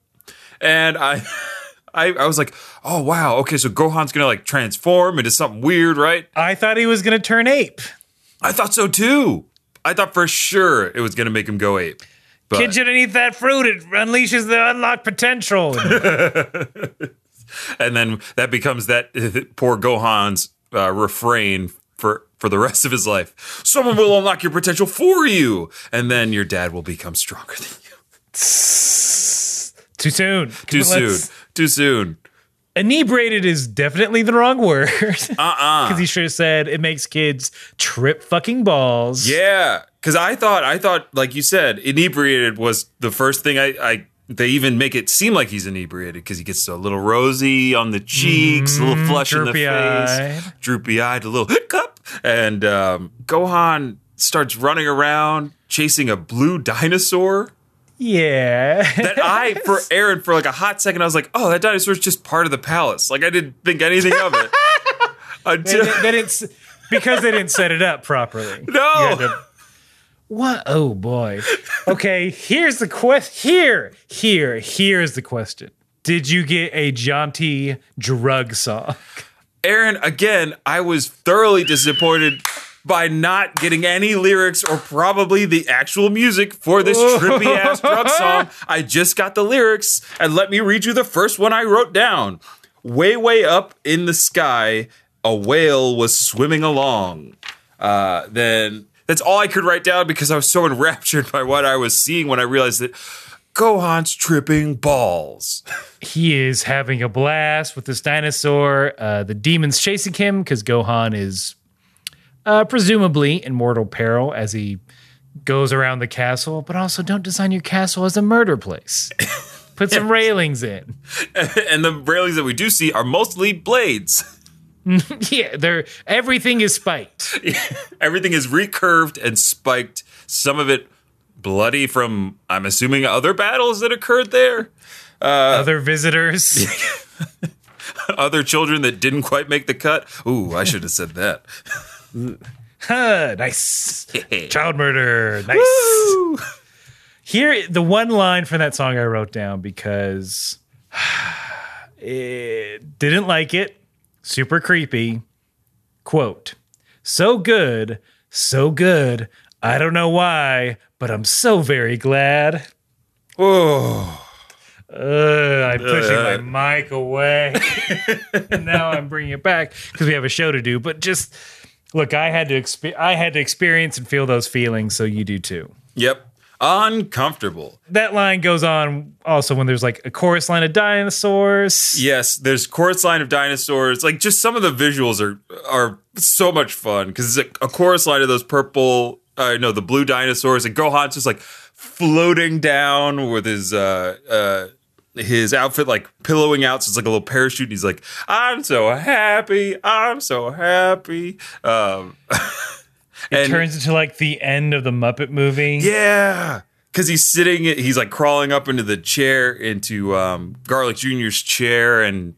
Speaker 1: And I, I, I was like, "Oh wow, okay." So Gohan's going to like transform into something weird, right?
Speaker 2: I thought he was going to turn ape.
Speaker 1: I thought so too. I thought for sure it was going to make him go ape. But
Speaker 2: Kids shouldn't eat that fruit. It unleashes the unlocked potential.
Speaker 1: and then that becomes that poor Gohan's uh, refrain for for the rest of his life. Someone will unlock your potential for you, and then your dad will become stronger than you.
Speaker 2: Too soon.
Speaker 1: Too
Speaker 2: Let's-
Speaker 1: soon. Too soon.
Speaker 2: Inebriated is definitely the wrong word. Uh
Speaker 1: Uh-uh.
Speaker 2: uh
Speaker 1: Ah.
Speaker 2: Because he should have said it makes kids trip fucking balls.
Speaker 1: Yeah, because I thought I thought like you said, inebriated was the first thing I. I they even make it seem like he's inebriated because he gets a little rosy on the cheeks, a little flush in the
Speaker 2: Mm-hmm. droopy
Speaker 1: face,
Speaker 2: eyed.
Speaker 1: droopy eyed, a little hiccup, and um, Gohan starts running around chasing a blue dinosaur.
Speaker 2: Yeah.
Speaker 1: That I for Aaron for like a hot second, I was like, "Oh, that dinosaur's just part of the palace." Like I didn't think anything of it. Until,
Speaker 2: they, they didn't s- because they didn't set it up properly.
Speaker 1: No.
Speaker 2: You had to- what? Oh boy. Okay, here's the quest. Here, here, here is the question. Did you get a jaunty drug song?
Speaker 1: Aaron, again, I was thoroughly disappointed by not getting any lyrics or probably the actual music for this trippy ass drug song. I just got the lyrics, and let me read you the first one I wrote down. Way, way up in the sky, a whale was swimming along. Uh, then that's all I could write down because I was so enraptured by what I was seeing when I realized that Gohan's tripping balls.
Speaker 2: He is having a blast with this dinosaur. Uh, the demons chasing him because Gohan is uh, presumably in mortal peril as he goes around the castle. But also, don't design your castle as a murder place. Put some railings in.
Speaker 1: and the railings that we do see are mostly blades.
Speaker 2: Yeah, they're everything is spiked.
Speaker 1: Everything is recurved and spiked. Some of it bloody from, I'm assuming, other battles that occurred there.
Speaker 2: Other visitors.
Speaker 1: Other children that didn't quite make the cut. Ooh, I should have said that.
Speaker 2: Huh, nice. Child murder. Nice.
Speaker 1: Ooh.
Speaker 2: Here the one line from that song I wrote down because it didn't like it. Super creepy. Quote. So good, so good. I don't know why, but I'm so very glad.
Speaker 1: Whoa.
Speaker 2: Ugh, I'm pushing
Speaker 1: Uh.
Speaker 2: my mic away. and now I'm bringing it back because we have a show to do. But just look, I had to exp- I had to experience and feel those feelings, so you do too.
Speaker 1: Yep. uncomfortable.
Speaker 2: That line goes on also when there's like a chorus line of dinosaurs.
Speaker 1: Yes, there's chorus line of dinosaurs. Like just some of the visuals are are so much fun because it's a, a chorus line of those purple, uh, no, the blue dinosaurs, and Gohan's just like floating down with his uh, uh, his outfit like pillowing out, so it's like a little parachute. And he's like, "I'm so happy, I'm so happy." Um,
Speaker 2: It
Speaker 1: and-
Speaker 2: turns into like the end of the Muppet movie.
Speaker 1: yeah. Cause he's sitting, he's like crawling up into the chair, into um, Garlic Jr.'s chair, and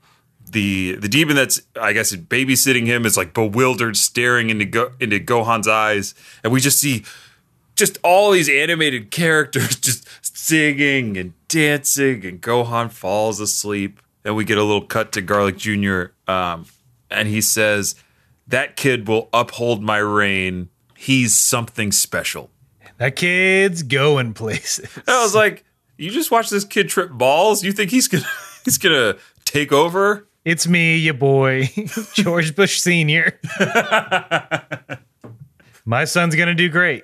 Speaker 1: the the demon that's I guess babysitting him is like bewildered, staring into Go, into Gohan's eyes, and we just see just all these animated characters just singing and dancing, and Gohan falls asleep, and we get a little cut to Garlic Jr. Um, and he says, "That kid will uphold my reign. He's something special."
Speaker 2: That kid's going places.
Speaker 1: And I was like, "You just watch this kid trip balls. You think he's gonna he's gonna take over?"
Speaker 2: It's me, your boy, George Bush Sr. My son's going to do great.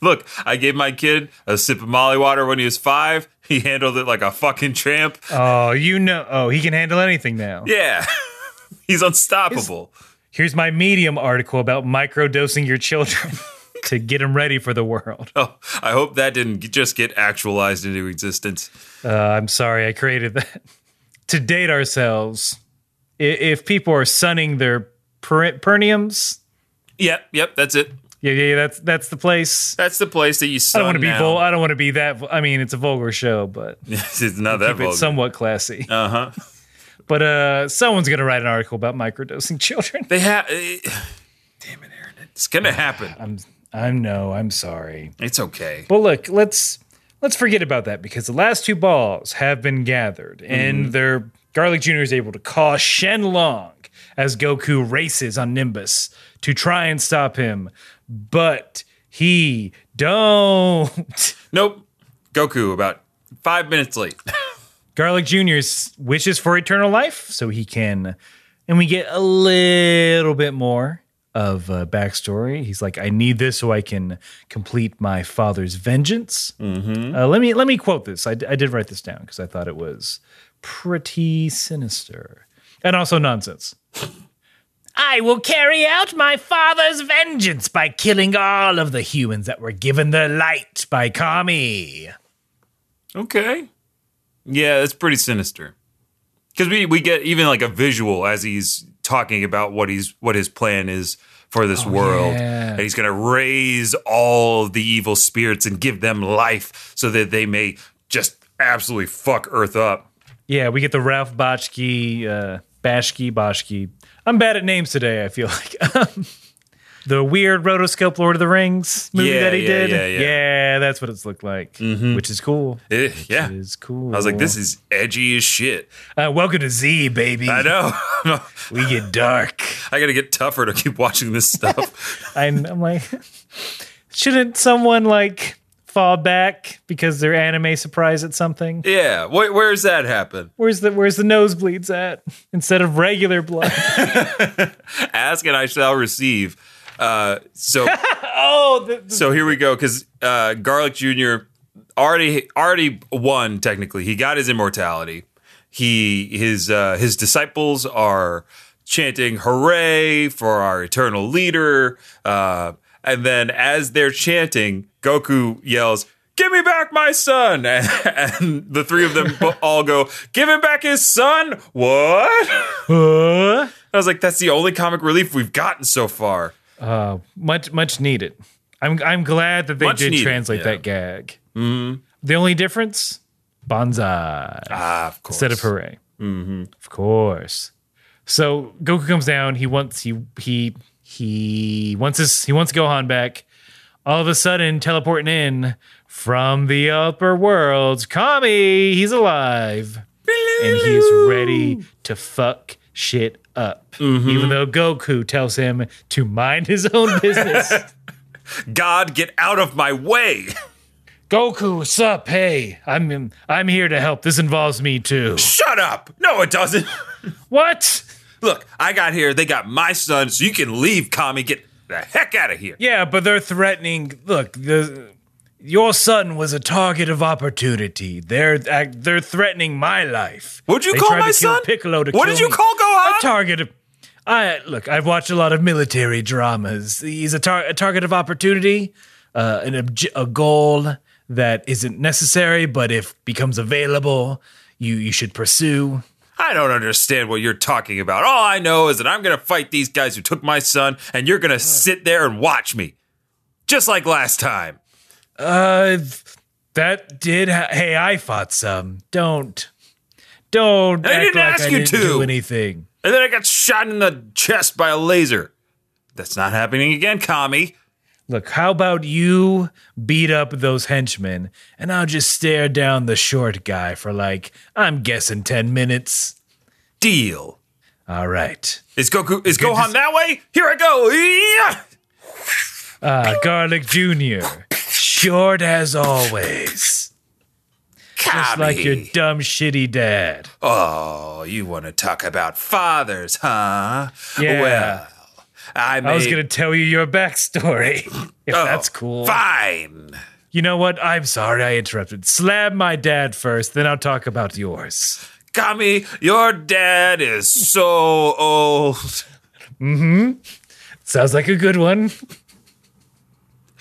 Speaker 1: Look, I gave my kid a sip of Molly water when he was five. He handled it like a fucking tramp.
Speaker 2: Oh, you know. Oh, he can handle anything now.
Speaker 1: Yeah, he's unstoppable.
Speaker 2: Here's my Medium article about microdosing your children to get them ready for the world.
Speaker 1: Oh, I hope that didn't g- just get actualized into existence.
Speaker 2: Uh, I'm sorry I created that. to date ourselves, i- if people are sunning their per- perniums,
Speaker 1: Yep, yep, that's it.
Speaker 2: yeah, yeah, yeah, that's that's the place.
Speaker 1: That's the place that you.
Speaker 2: I don't want to be vul-
Speaker 1: vulgar.
Speaker 2: I don't want to be that. vul- I mean, it's a vulgar show, but
Speaker 1: it's not that vulgar.
Speaker 2: it's somewhat classy.
Speaker 1: uh huh.
Speaker 2: But uh, someone's gonna write an article about microdosing children.
Speaker 1: They have. Damn it, Aaron! It's gonna happen.
Speaker 2: I'm, I'm no, I'm sorry.
Speaker 1: It's okay.
Speaker 2: But look, let's let's forget about that because the last two balls have been gathered, and their Garlic Junior is able to call Shenlong as Goku races on Nimbus to try and stop him, but he don't.
Speaker 1: Nope. Goku about five minutes late.
Speaker 2: Garlic Jr. wishes for eternal life so he can. And we get a little bit more of uh, backstory. He's like, I need this so I can complete my father's vengeance. Uh, let me let me quote this. I, d- I did write this down because I thought it was pretty sinister and also nonsense. I will carry out my father's vengeance by killing all of the humans that were given the light by Kami.
Speaker 1: Okay. Yeah, it's pretty sinister. Because we, we get even like a visual as he's talking about what he's what his plan is for this world.
Speaker 2: Oh, yeah.
Speaker 1: And he's gonna raise all the evil spirits and give them life so that they may just absolutely fuck Earth up.
Speaker 2: Yeah, we get the Ralph Botchke, uh, Bashke, Boschke. I'm bad at names today, I feel like. the weird rotoscope Lord of the Rings movie
Speaker 1: Yeah,
Speaker 2: that he
Speaker 1: yeah,
Speaker 2: did.
Speaker 1: yeah, yeah.
Speaker 2: that's what it's looked like, which is cool.
Speaker 1: Eh, yeah.
Speaker 2: It is cool.
Speaker 1: I was like, this is edgy as shit.
Speaker 2: Uh, welcome to Z, baby.
Speaker 1: I know.
Speaker 2: We get dark.
Speaker 1: I gotta get tougher to keep watching this stuff.
Speaker 2: I'm, I'm like, shouldn't someone like fall back because they're anime surprise at something?
Speaker 1: yeah. Wh- where's that happen?
Speaker 2: Where's the where's the nosebleeds at instead of regular blood?
Speaker 1: Ask and I shall receive. Uh, so
Speaker 2: oh, the, the-
Speaker 1: So here we go because uh, Garlic Jr. already already won technically. He got his immortality. He his uh, his disciples are chanting "Hooray for our eternal leader!" Uh, and then as they're chanting, Goku yells. Give me back my son! And, and the three of them bo- all go, Give him back his son? What?
Speaker 2: Huh?
Speaker 1: I was like, That's the only comic relief we've gotten so far.
Speaker 2: Uh, much much needed. I'm I'm glad that they
Speaker 1: Much
Speaker 2: did
Speaker 1: needed,
Speaker 2: translate
Speaker 1: yeah.
Speaker 2: that gag. The only difference, bonsai
Speaker 1: Ah, of course.
Speaker 2: instead of hooray. Mm-hmm. Of course. So Goku comes down. He wants he he he wants his he wants Gohan back. All of a sudden, teleporting in from the upper worlds, Kami. He's alive and he's ready to fuck shit up.
Speaker 1: Mm-hmm.
Speaker 2: Even though Goku tells him to mind his own business.
Speaker 1: God, get out of my way!
Speaker 2: Goku, what's up? Hey, I'm I'm here to help. This involves me too.
Speaker 1: Shut up! No, it doesn't.
Speaker 2: What?
Speaker 1: Look, I got here. They got my son, so you can leave, Kami. Get the heck out of here.
Speaker 2: Yeah, but they're threatening. Look, the Your son was a target of opportunity. They're ac- they're threatening my life.
Speaker 1: What'd you
Speaker 2: They
Speaker 1: call
Speaker 2: tried
Speaker 1: my
Speaker 2: to kill
Speaker 1: son?
Speaker 2: Piccolo to
Speaker 1: What
Speaker 2: kill
Speaker 1: did you
Speaker 2: me.
Speaker 1: call Gohan?
Speaker 2: A target of. I look. I've watched a lot of military dramas. He's a, tar- a target of opportunity, uh, an obj- a goal that isn't necessary, but if becomes available, you you should pursue.
Speaker 1: I don't understand what you're talking about. All I know is that I'm going to fight these guys who took my son, and you're going to sit there and watch me. Just like last time.
Speaker 2: Uh, that did. Ha- hey, I fought some. Don't, don't.
Speaker 1: I
Speaker 2: act
Speaker 1: didn't
Speaker 2: like
Speaker 1: ask
Speaker 2: I
Speaker 1: you
Speaker 2: didn't
Speaker 1: to.
Speaker 2: do anything.
Speaker 1: And then I got shot in the chest by a laser. That's not happening again, Kami.
Speaker 2: Look, how about you beat up those henchmen, and I'll just stare down the short guy for like I'm guessing ten minutes.
Speaker 1: Deal.
Speaker 2: All right.
Speaker 1: Is Goku is
Speaker 2: Good to
Speaker 1: Gohan
Speaker 2: s-
Speaker 1: that way? Here I go. Yeah!
Speaker 2: Uh, Garlic Junior, short as always, just
Speaker 1: Kami.
Speaker 2: like your dumb shitty dad.
Speaker 1: Oh, you want to talk about fathers, huh?
Speaker 2: Yeah.
Speaker 1: Well, I,
Speaker 2: I was
Speaker 1: made-
Speaker 2: gonna tell you your backstory. If
Speaker 1: Oh,
Speaker 2: that's cool.
Speaker 1: Fine.
Speaker 2: You know what? I'm sorry I interrupted. Slab my dad first, then I'll talk about yours.
Speaker 1: Kami, your dad is so old.
Speaker 2: Sounds like a good one.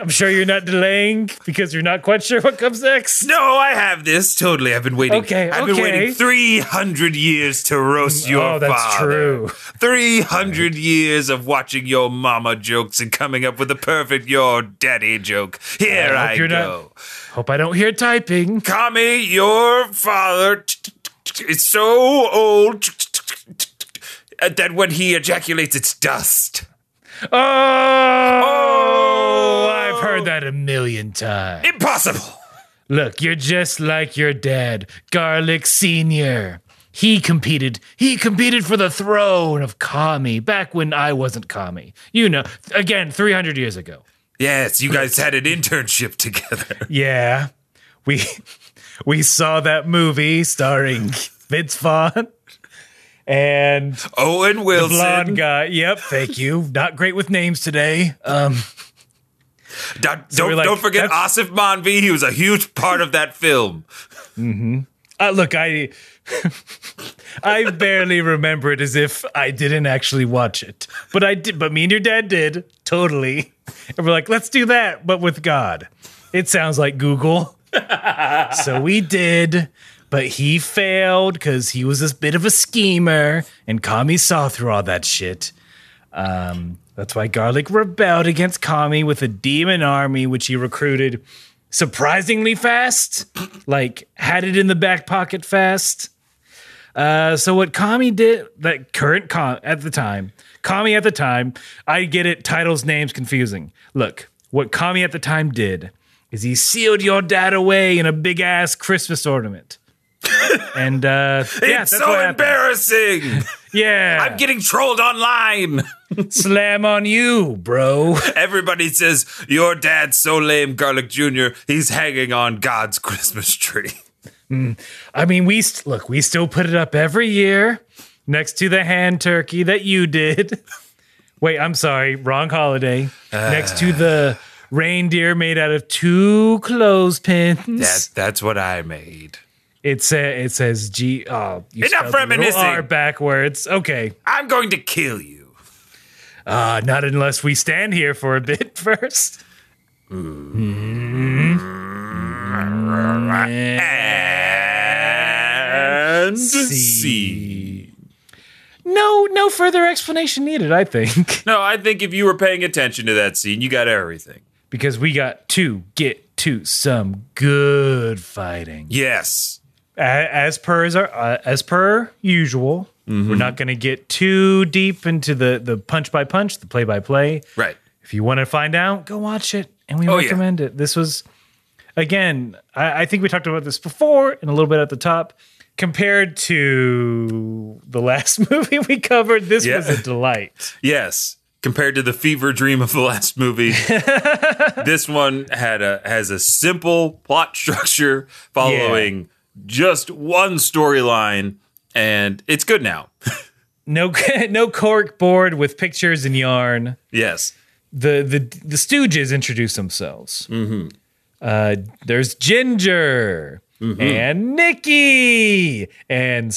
Speaker 2: I'm sure you're not delaying because you're not quite sure what comes next.
Speaker 1: No, I have this. Totally, I've been waiting.
Speaker 2: Okay,
Speaker 1: I've been
Speaker 2: okay.
Speaker 1: waiting 300 years to roast your
Speaker 2: oh, that's
Speaker 1: father.
Speaker 2: true.
Speaker 1: 300 years of watching your mama jokes and coming up with the perfect your daddy joke. Here
Speaker 2: I
Speaker 1: I,
Speaker 2: hope you're not-
Speaker 1: go.
Speaker 2: Hope I don't hear typing.
Speaker 1: Kami, your father t- t- t- is so old t- t- t- t- t- that when he ejaculates, it's dust.
Speaker 2: Oh,
Speaker 1: Oh!
Speaker 2: I've heard that a million times.
Speaker 1: Impossible.
Speaker 2: Look, you're just like your dad, Garlic Senior. He competed. He competed for the throne of Kami back when I wasn't Kami. You know, again, 300 years ago.
Speaker 1: Yes, you guys had an internship together.
Speaker 2: Yeah. We we saw that movie starring Vince Vaughn and
Speaker 1: Owen Wilson.
Speaker 2: blonde guy. Yep, thank you. Not great with names today. Um
Speaker 1: Don't,
Speaker 2: we're
Speaker 1: don't,
Speaker 2: like,
Speaker 1: don't forget Asif Manvi. He was a huge part of that film.
Speaker 2: uh, look, I I barely remember it as if I didn't actually watch it. But I did but me and your dad did, totally. And we're like, let's do that, but with God. It sounds like Google. so we did, but he failed because he was this bit of a schemer, and Kami saw through all that shit. Um, that's why Garlic rebelled against Kami with a demon army, which he recruited surprisingly fast, like had it in the back pocket fast. Uh, so what Kami did, that current Kami at the time, Kami at the time, I get it, titles, names confusing. Look, what Kami at the time did is he sealed your dad away in a big ass Christmas ornament. and uh, yeah,
Speaker 1: it's
Speaker 2: that's what
Speaker 1: so
Speaker 2: happened.
Speaker 1: embarrassing.
Speaker 2: Yeah,
Speaker 1: I'm getting trolled online.
Speaker 2: slam on you, bro.
Speaker 1: Everybody says, Your dad's so lame, Garlic Jr., he's hanging on God's Christmas tree.
Speaker 2: I mean, we st- look, we still put it up every year next to the hand turkey that you did. Wait, I'm sorry, wrong holiday. next to the reindeer made out of two clothespins.
Speaker 1: That, that's what I made.
Speaker 2: It says it says G. Oh, you
Speaker 1: Enough
Speaker 2: spelled the little
Speaker 1: reminiscing.
Speaker 2: R backwards. Okay,
Speaker 1: I'm going to kill you.
Speaker 2: uh, not unless we stand here for a bit first.
Speaker 1: And see.
Speaker 2: No, no further explanation needed. I think
Speaker 1: No, I think if you were paying attention to that scene, you got everything.
Speaker 2: because we got to get to some good fighting.
Speaker 1: Yes.
Speaker 2: A- as per as, our, uh, as per usual
Speaker 1: Mm-hmm.
Speaker 2: we're not going to get too deep into the the punch by punch the play by play
Speaker 1: Right.
Speaker 2: if you want to find out go watch it and we
Speaker 1: Oh, yeah.
Speaker 2: recommend it this was again I, I think we talked about this before and a little bit at the top compared to the last movie we covered this
Speaker 1: Yeah.
Speaker 2: was a delight
Speaker 1: Yes. Compared to the fever dream of the last movie, this one had a has a simple plot structure following just one storyline, and it's good now.
Speaker 2: no no cork board with pictures and yarn
Speaker 1: yes.
Speaker 2: the the the Stooges introduce themselves.
Speaker 1: Mm-hmm.
Speaker 2: Uh, there's Ginger
Speaker 1: Mm-hmm.
Speaker 2: and Nikki and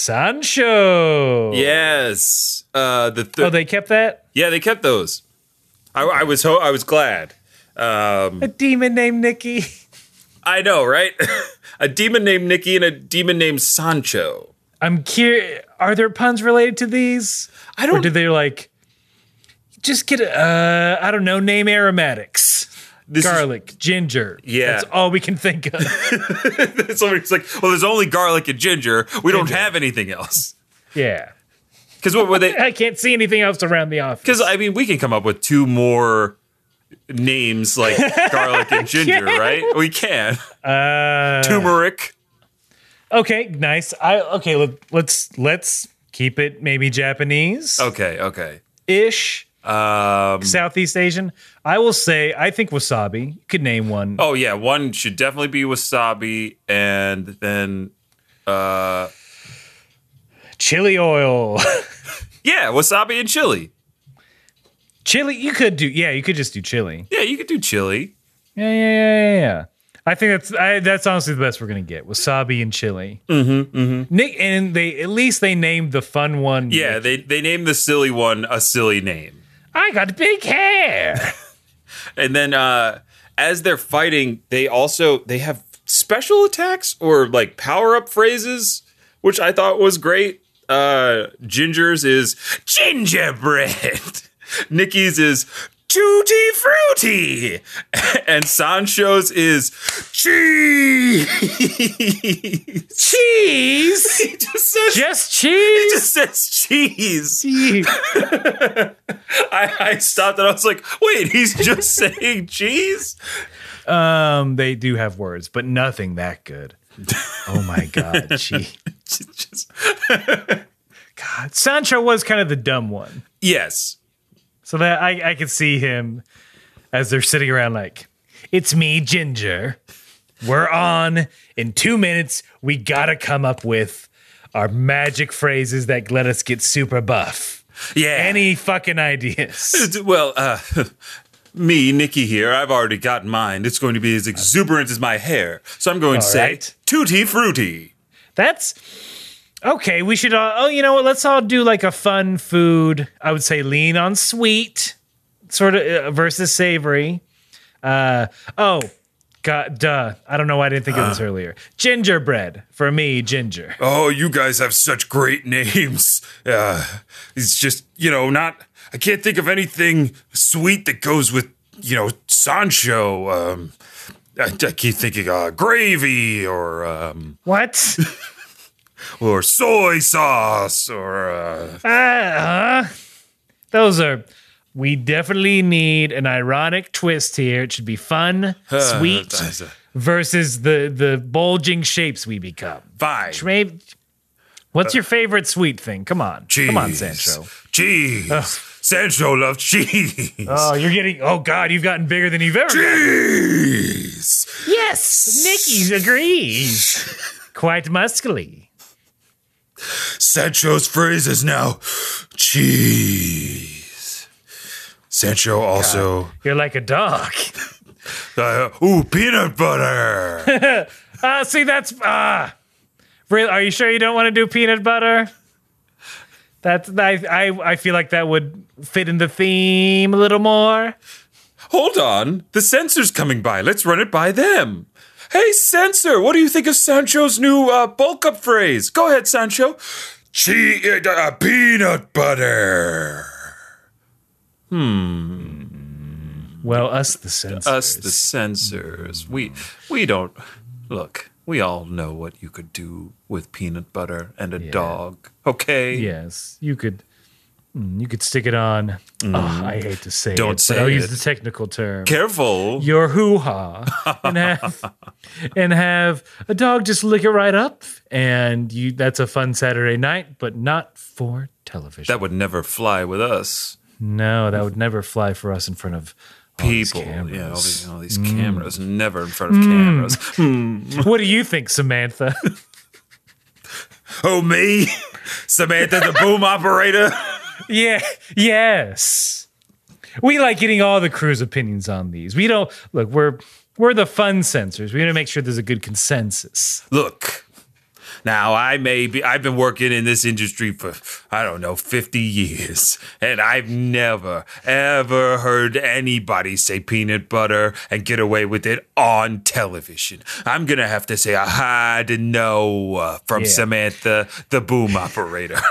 Speaker 2: Sancho.
Speaker 1: Yes. Uh, the thir-
Speaker 2: Oh, they kept that.
Speaker 1: yeah, they kept those. I, I was ho- I was glad. Um,
Speaker 2: A demon named Nikki.
Speaker 1: I know, right? a demon named Nikki and a demon named Sancho.
Speaker 2: I'm curious. Are there puns related to these?
Speaker 1: I
Speaker 2: Or
Speaker 1: don't.
Speaker 2: did they like just get? A, uh, I don't know. Name aromatics.
Speaker 1: This is-
Speaker 2: Garlic, ginger.
Speaker 1: Yeah.
Speaker 2: that's all we can think of.
Speaker 1: Somebody's like, well, there's only garlic and ginger. We don't have anything else.
Speaker 2: yeah,
Speaker 1: Because what were they?
Speaker 2: I can't see anything else around the office.
Speaker 1: Because I mean, we can come up with two more names like garlic and ginger, right? We can.
Speaker 2: Uh,
Speaker 1: Turmeric.
Speaker 2: okay, nice. I okay. Look, let's let's keep it maybe Japanese
Speaker 1: Okay, okay.
Speaker 2: ish,
Speaker 1: Um,
Speaker 2: Southeast Asian. I will say I think wasabi. You could name one.
Speaker 1: oh yeah, one should definitely be wasabi, and then uh,
Speaker 2: Chili oil,
Speaker 1: yeah, wasabi and chili.
Speaker 2: chili. You could do yeah. You could just do chili.
Speaker 1: Yeah, you could do chili.
Speaker 2: Yeah, yeah, yeah, yeah, yeah. I think that's I, that's honestly the best we're gonna get wasabi and chili. Mm-hmm, mm-hmm. Nick and they at least they named the fun one.
Speaker 1: Yeah, they they named the silly one a silly name.
Speaker 2: I got big hair.
Speaker 1: and then uh as they're fighting they also they have special attacks or like power up phrases which i thought was great uh ginger's is gingerbread nikki's is tutti frutti and sancho's is cheese cheese he just says
Speaker 2: Just
Speaker 1: he
Speaker 2: cheese.
Speaker 1: just says cheese I, I stopped and i was like wait he's just saying cheese
Speaker 2: um, they do have words, but nothing that good. Oh my god, she.
Speaker 1: Just-
Speaker 2: God, Sancho was kind of the dumb one,
Speaker 1: yes.
Speaker 2: so that I I could see him as they're sitting around like, it's me, Ginger. We're on in two minutes. We gotta come up with our magic phrases that let us get super buff.
Speaker 1: Yeah.
Speaker 2: Any fucking ideas?
Speaker 1: well, uh, me, Nikki here, I've already got mine. It's going to be as exuberant as my hair. So I'm going to
Speaker 2: All
Speaker 1: say
Speaker 2: right.
Speaker 1: tutti frutti.
Speaker 2: That's okay. We should all. Oh, you know what? Let's all do like a fun food. I would say lean on sweet, sort of uh, versus savory. Uh oh. God, duh. I don't know why I didn't think of this earlier. Gingerbread for me, ginger.
Speaker 1: Oh, you guys have such great names. Uh, it's just, you know, not, I can't think of anything sweet that goes with, you know, Sancho. Um, I, I keep thinking uh, gravy or um,
Speaker 2: What?
Speaker 1: or soy sauce or uh,
Speaker 2: uh, those are. We definitely need an ironic twist here. It should be fun,
Speaker 1: uh,
Speaker 2: sweet, versus the the bulging shapes we become.
Speaker 1: fine.
Speaker 2: Maybe. What's your favorite sweet thing? Come on. Come on,
Speaker 1: Cheese.
Speaker 2: Sancho.
Speaker 1: Cheese. Sancho loved cheese.
Speaker 2: Oh, you're getting. Oh, God, you've gotten bigger than you've ever.
Speaker 1: cheese.
Speaker 2: Yes. Nikki agrees. Quite muscly.
Speaker 1: Sancho's phrase is now cheese. Sancho also,
Speaker 2: You're like a dog.
Speaker 1: uh, ooh, peanut butter.
Speaker 2: Ah, see, that's. Ah. Really? Are you sure you don't want to do peanut butter? That's. I, I, I feel like that would fit in the theme a little more.
Speaker 1: Hold on. The censor's coming by. Let's run it by them. Hey, censor, what do you think of Sancho's new uh, bulk up phrase? Go ahead, Sancho. Che- uh, uh, peanut butter.
Speaker 2: Well, us the sense.
Speaker 1: us the censors we we don't look we all know what you could do with peanut butter and a dog okay
Speaker 2: Yes, you could. mm, You could stick it on. Ah, I hate to say
Speaker 1: Mm. Don't
Speaker 2: it. but
Speaker 1: say
Speaker 2: I'll use
Speaker 1: it.
Speaker 2: the technical term.
Speaker 1: careful
Speaker 2: your hoo ha, and have and have a dog just lick it right up, and you. That's a fun Saturday night, but not for television.
Speaker 1: that would never fly with us
Speaker 2: no, that would never fly for us in front of all these
Speaker 1: people yeah all
Speaker 2: cameras. Mm.
Speaker 1: these, all these cameras never in front of cameras
Speaker 2: What do you think, Samantha?
Speaker 1: oh me samantha the boom operator
Speaker 2: yeah. Yes. we like getting all the crew's opinions on these. We don't look. We're we're the fun censors. We want to make sure there's a good consensus.
Speaker 1: Look, now I may be, I've been working in this industry for, I don't know, 50 years, and I've never, ever heard anybody say peanut butter and get away with it on television. I'm going to have to say a hard no uh, from
Speaker 2: Yeah.
Speaker 1: Samantha, the boom operator.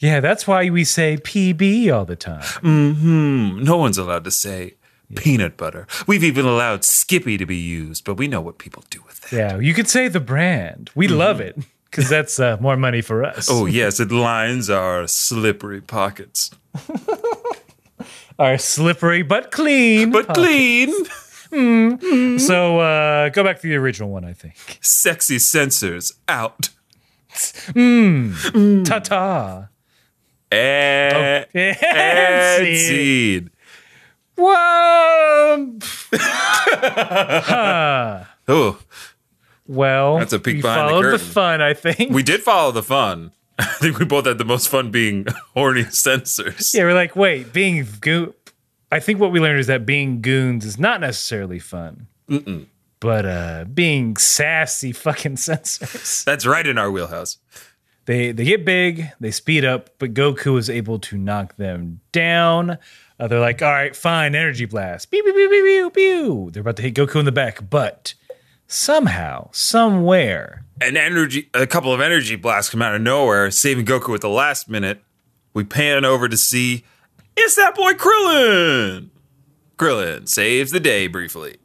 Speaker 2: Yeah, that's why we say PB all the time.
Speaker 1: no one's allowed to say peanut butter. We've even allowed Skippy to be used, but we know what people do with that.
Speaker 2: Yeah, you could say the brand. We love it because that's uh, more money for us.
Speaker 1: Mm-hmm. Oh, yes, it lines our slippery pockets.
Speaker 2: Our slippery but clean.
Speaker 1: But clean!
Speaker 2: so uh, go back to the original one, I think.
Speaker 1: Sexy censors out. Hmm.
Speaker 2: Ta ta.
Speaker 1: And, and
Speaker 2: Oh, Fancy.
Speaker 1: scene.
Speaker 2: Whoa.
Speaker 1: Oh,
Speaker 2: Well,
Speaker 1: That's a peek
Speaker 2: we
Speaker 1: behind the
Speaker 2: followed
Speaker 1: curtain.
Speaker 2: fun, I think.
Speaker 1: we did follow the fun. I think we both had the most fun being horny censors.
Speaker 2: yeah, we're like, wait, being goon. I think what we learned is that being goons is not necessarily fun. But uh, being sassy fucking censors.
Speaker 1: That's right in our wheelhouse.
Speaker 2: They they get big, they speed up, but Goku is able to knock them down. Uh, they're like, all right, fine, energy blast. Pew, pew, pew, pew, pew, pew. They're about to hit Goku in the back, but somehow, somewhere,
Speaker 1: An energy, a couple of energy blasts come out of nowhere, saving Goku at the last minute. We pan over to see it's that boy Krillin. Krillin saves the day briefly.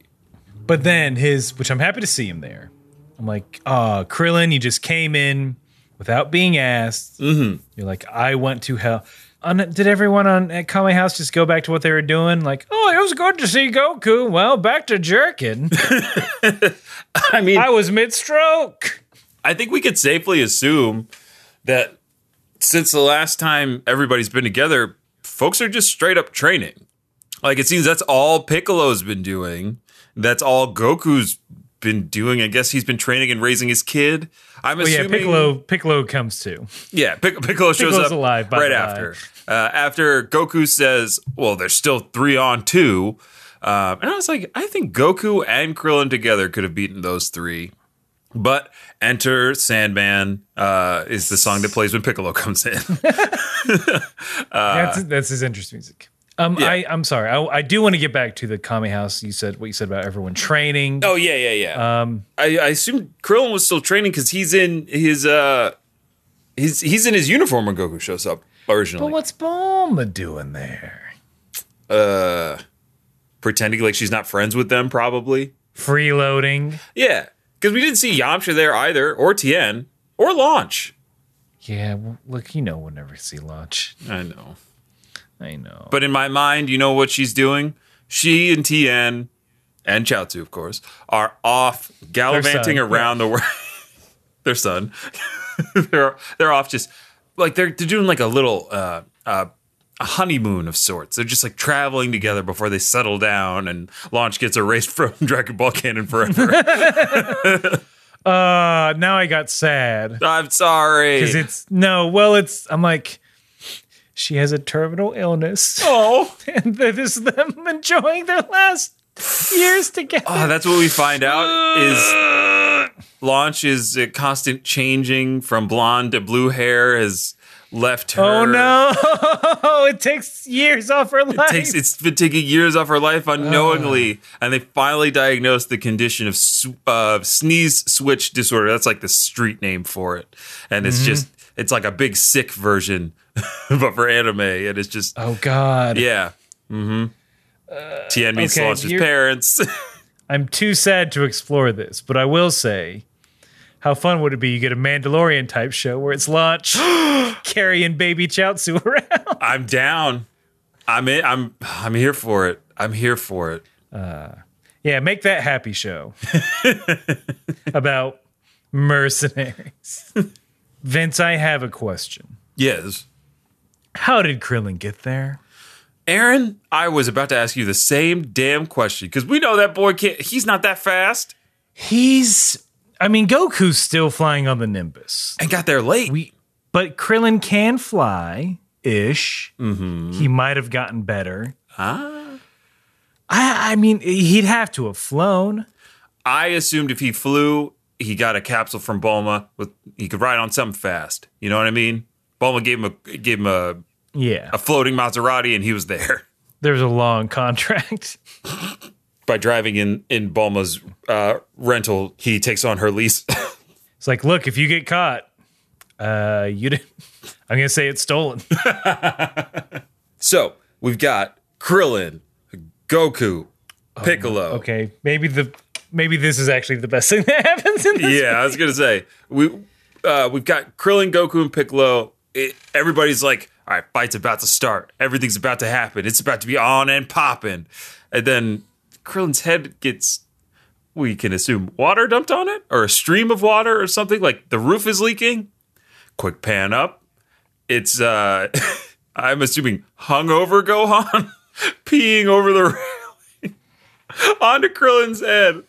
Speaker 2: but then his, which I'm happy to see him there. I'm like, ah, Krillin, you just came in without being asked. Mm-hmm. You're like, I want to help. On, did everyone on at Kame House just go back to what they were doing? Like, oh, it was good to see Goku. Well, back to jerking.
Speaker 1: I mean,
Speaker 2: I was mid stroke.
Speaker 1: I think we could safely assume that since the last time everybody's been together, folks are just straight up training. Like it seems that's all Piccolo's been doing. That's all Goku's been doing. I guess he's been training and raising his kid. I'm
Speaker 2: But yeah,
Speaker 1: assuming.
Speaker 2: Piccolo Piccolo comes too.
Speaker 1: Yeah, Pic- Piccolo shows up
Speaker 2: Piccolo's alive, by
Speaker 1: right
Speaker 2: the way.
Speaker 1: after. Uh, after Goku says, "Well, there's still three on two. Um, and I was like, "I think Goku and Krillin together could have beaten those three. But "Enter Sandman" uh, is the song that plays when Piccolo comes in. Uh,
Speaker 2: that's that's his interest music. Um, I I'm sorry. I, I do want to get back to the Kami House. You said what you said about everyone training.
Speaker 1: oh yeah, yeah, yeah. Um, I, I assume Krillin was still training because he's in his uh, he's he's in his uniform when Goku shows up
Speaker 2: But
Speaker 1: originally,
Speaker 2: what's Bulma doing there?
Speaker 1: pretending like she's not friends with them, probably.
Speaker 2: Freeloading.
Speaker 1: Yeah, because we didn't see Yamcha there either, or Tien, or Launch.
Speaker 2: Yeah. Well, look, you know we'll never see Launch.
Speaker 1: I know.
Speaker 2: I know.
Speaker 1: But in my mind, you know what she's doing? She and Tien, and Chaozu, of course, are off gallivanting
Speaker 2: son,
Speaker 1: around the world. their son. they're, they're off just, like, they're, they're doing like a little uh, uh, a honeymoon of sorts. They're just like traveling together before they settle down, and Launch gets erased from Dragon Ball Canon forever.
Speaker 2: Uh, now I got sad
Speaker 1: I'm sorry.
Speaker 2: because it's no. Well, it's I'm like. She has a terminal illness,
Speaker 1: oh.
Speaker 2: and this is them enjoying their last years together.
Speaker 1: Oh, that's what we find out is launch is a constant changing from blonde to blue hair has left her.
Speaker 2: Oh no! It takes years off her life.
Speaker 1: Takes, it's been taking years off her life unknowingly, and they finally diagnosed the condition of s- uh, sneeze switch disorder. That's like the street name for it, and
Speaker 2: Mm-hmm.
Speaker 1: it's just it's like a big sick version, but for anime, and it's just
Speaker 2: oh god!
Speaker 1: yeah. Mm-hmm. Tien meets
Speaker 2: Uh, okay,
Speaker 1: Launch's
Speaker 2: you're-
Speaker 1: parents.
Speaker 2: I'm too sad to explore this, but I will say, how fun would it be? You get a Mandalorian type show where it's launch carrying baby Chaozu around.
Speaker 1: I'm down. I'm in, I'm I'm here for it. I'm here for it.
Speaker 2: Yeah, make that happy show about mercenaries. Vince, I have a question.
Speaker 1: Yes.
Speaker 2: How did Krillin get there?
Speaker 1: Aaron, I was about to ask you the same damn question because we know that boy can't. He's not that fast
Speaker 2: He's, I mean, Goku's still flying on the Nimbus.
Speaker 1: and got there late.
Speaker 2: We, but Krillin can fly ish. He might have gotten better. I, I mean, he'd have to have flown.
Speaker 1: I assumed if he flew, he got a capsule from Bulma. With he could ride on something fast. You know what I mean? Bulma gave him a gave him a,
Speaker 2: Yeah.
Speaker 1: a floating Maserati, and he was there
Speaker 2: There's a long contract.
Speaker 1: by driving in in Bulma's uh, rental. He takes on her lease.
Speaker 2: It's like, look, if you get caught, uh, you didn't. I'm gonna say it's stolen.
Speaker 1: so we've got Krillin, Goku, Piccolo.
Speaker 2: Okay, maybe the maybe this is actually the best thing that happens in this.
Speaker 1: yeah, I was gonna say we uh, we've got Krillin, Goku, and Piccolo. It, everybody's like, all right, fight's about to start. Everything's about to happen. It's about to be on and popping. And then Krillin's head gets, we can assume, water dumped on it, or a stream of water, or something. Like the roof is leaking. Quick pan up. It's uh, I'm assuming hungover Gohan peeing over the railing onto Krillin's head.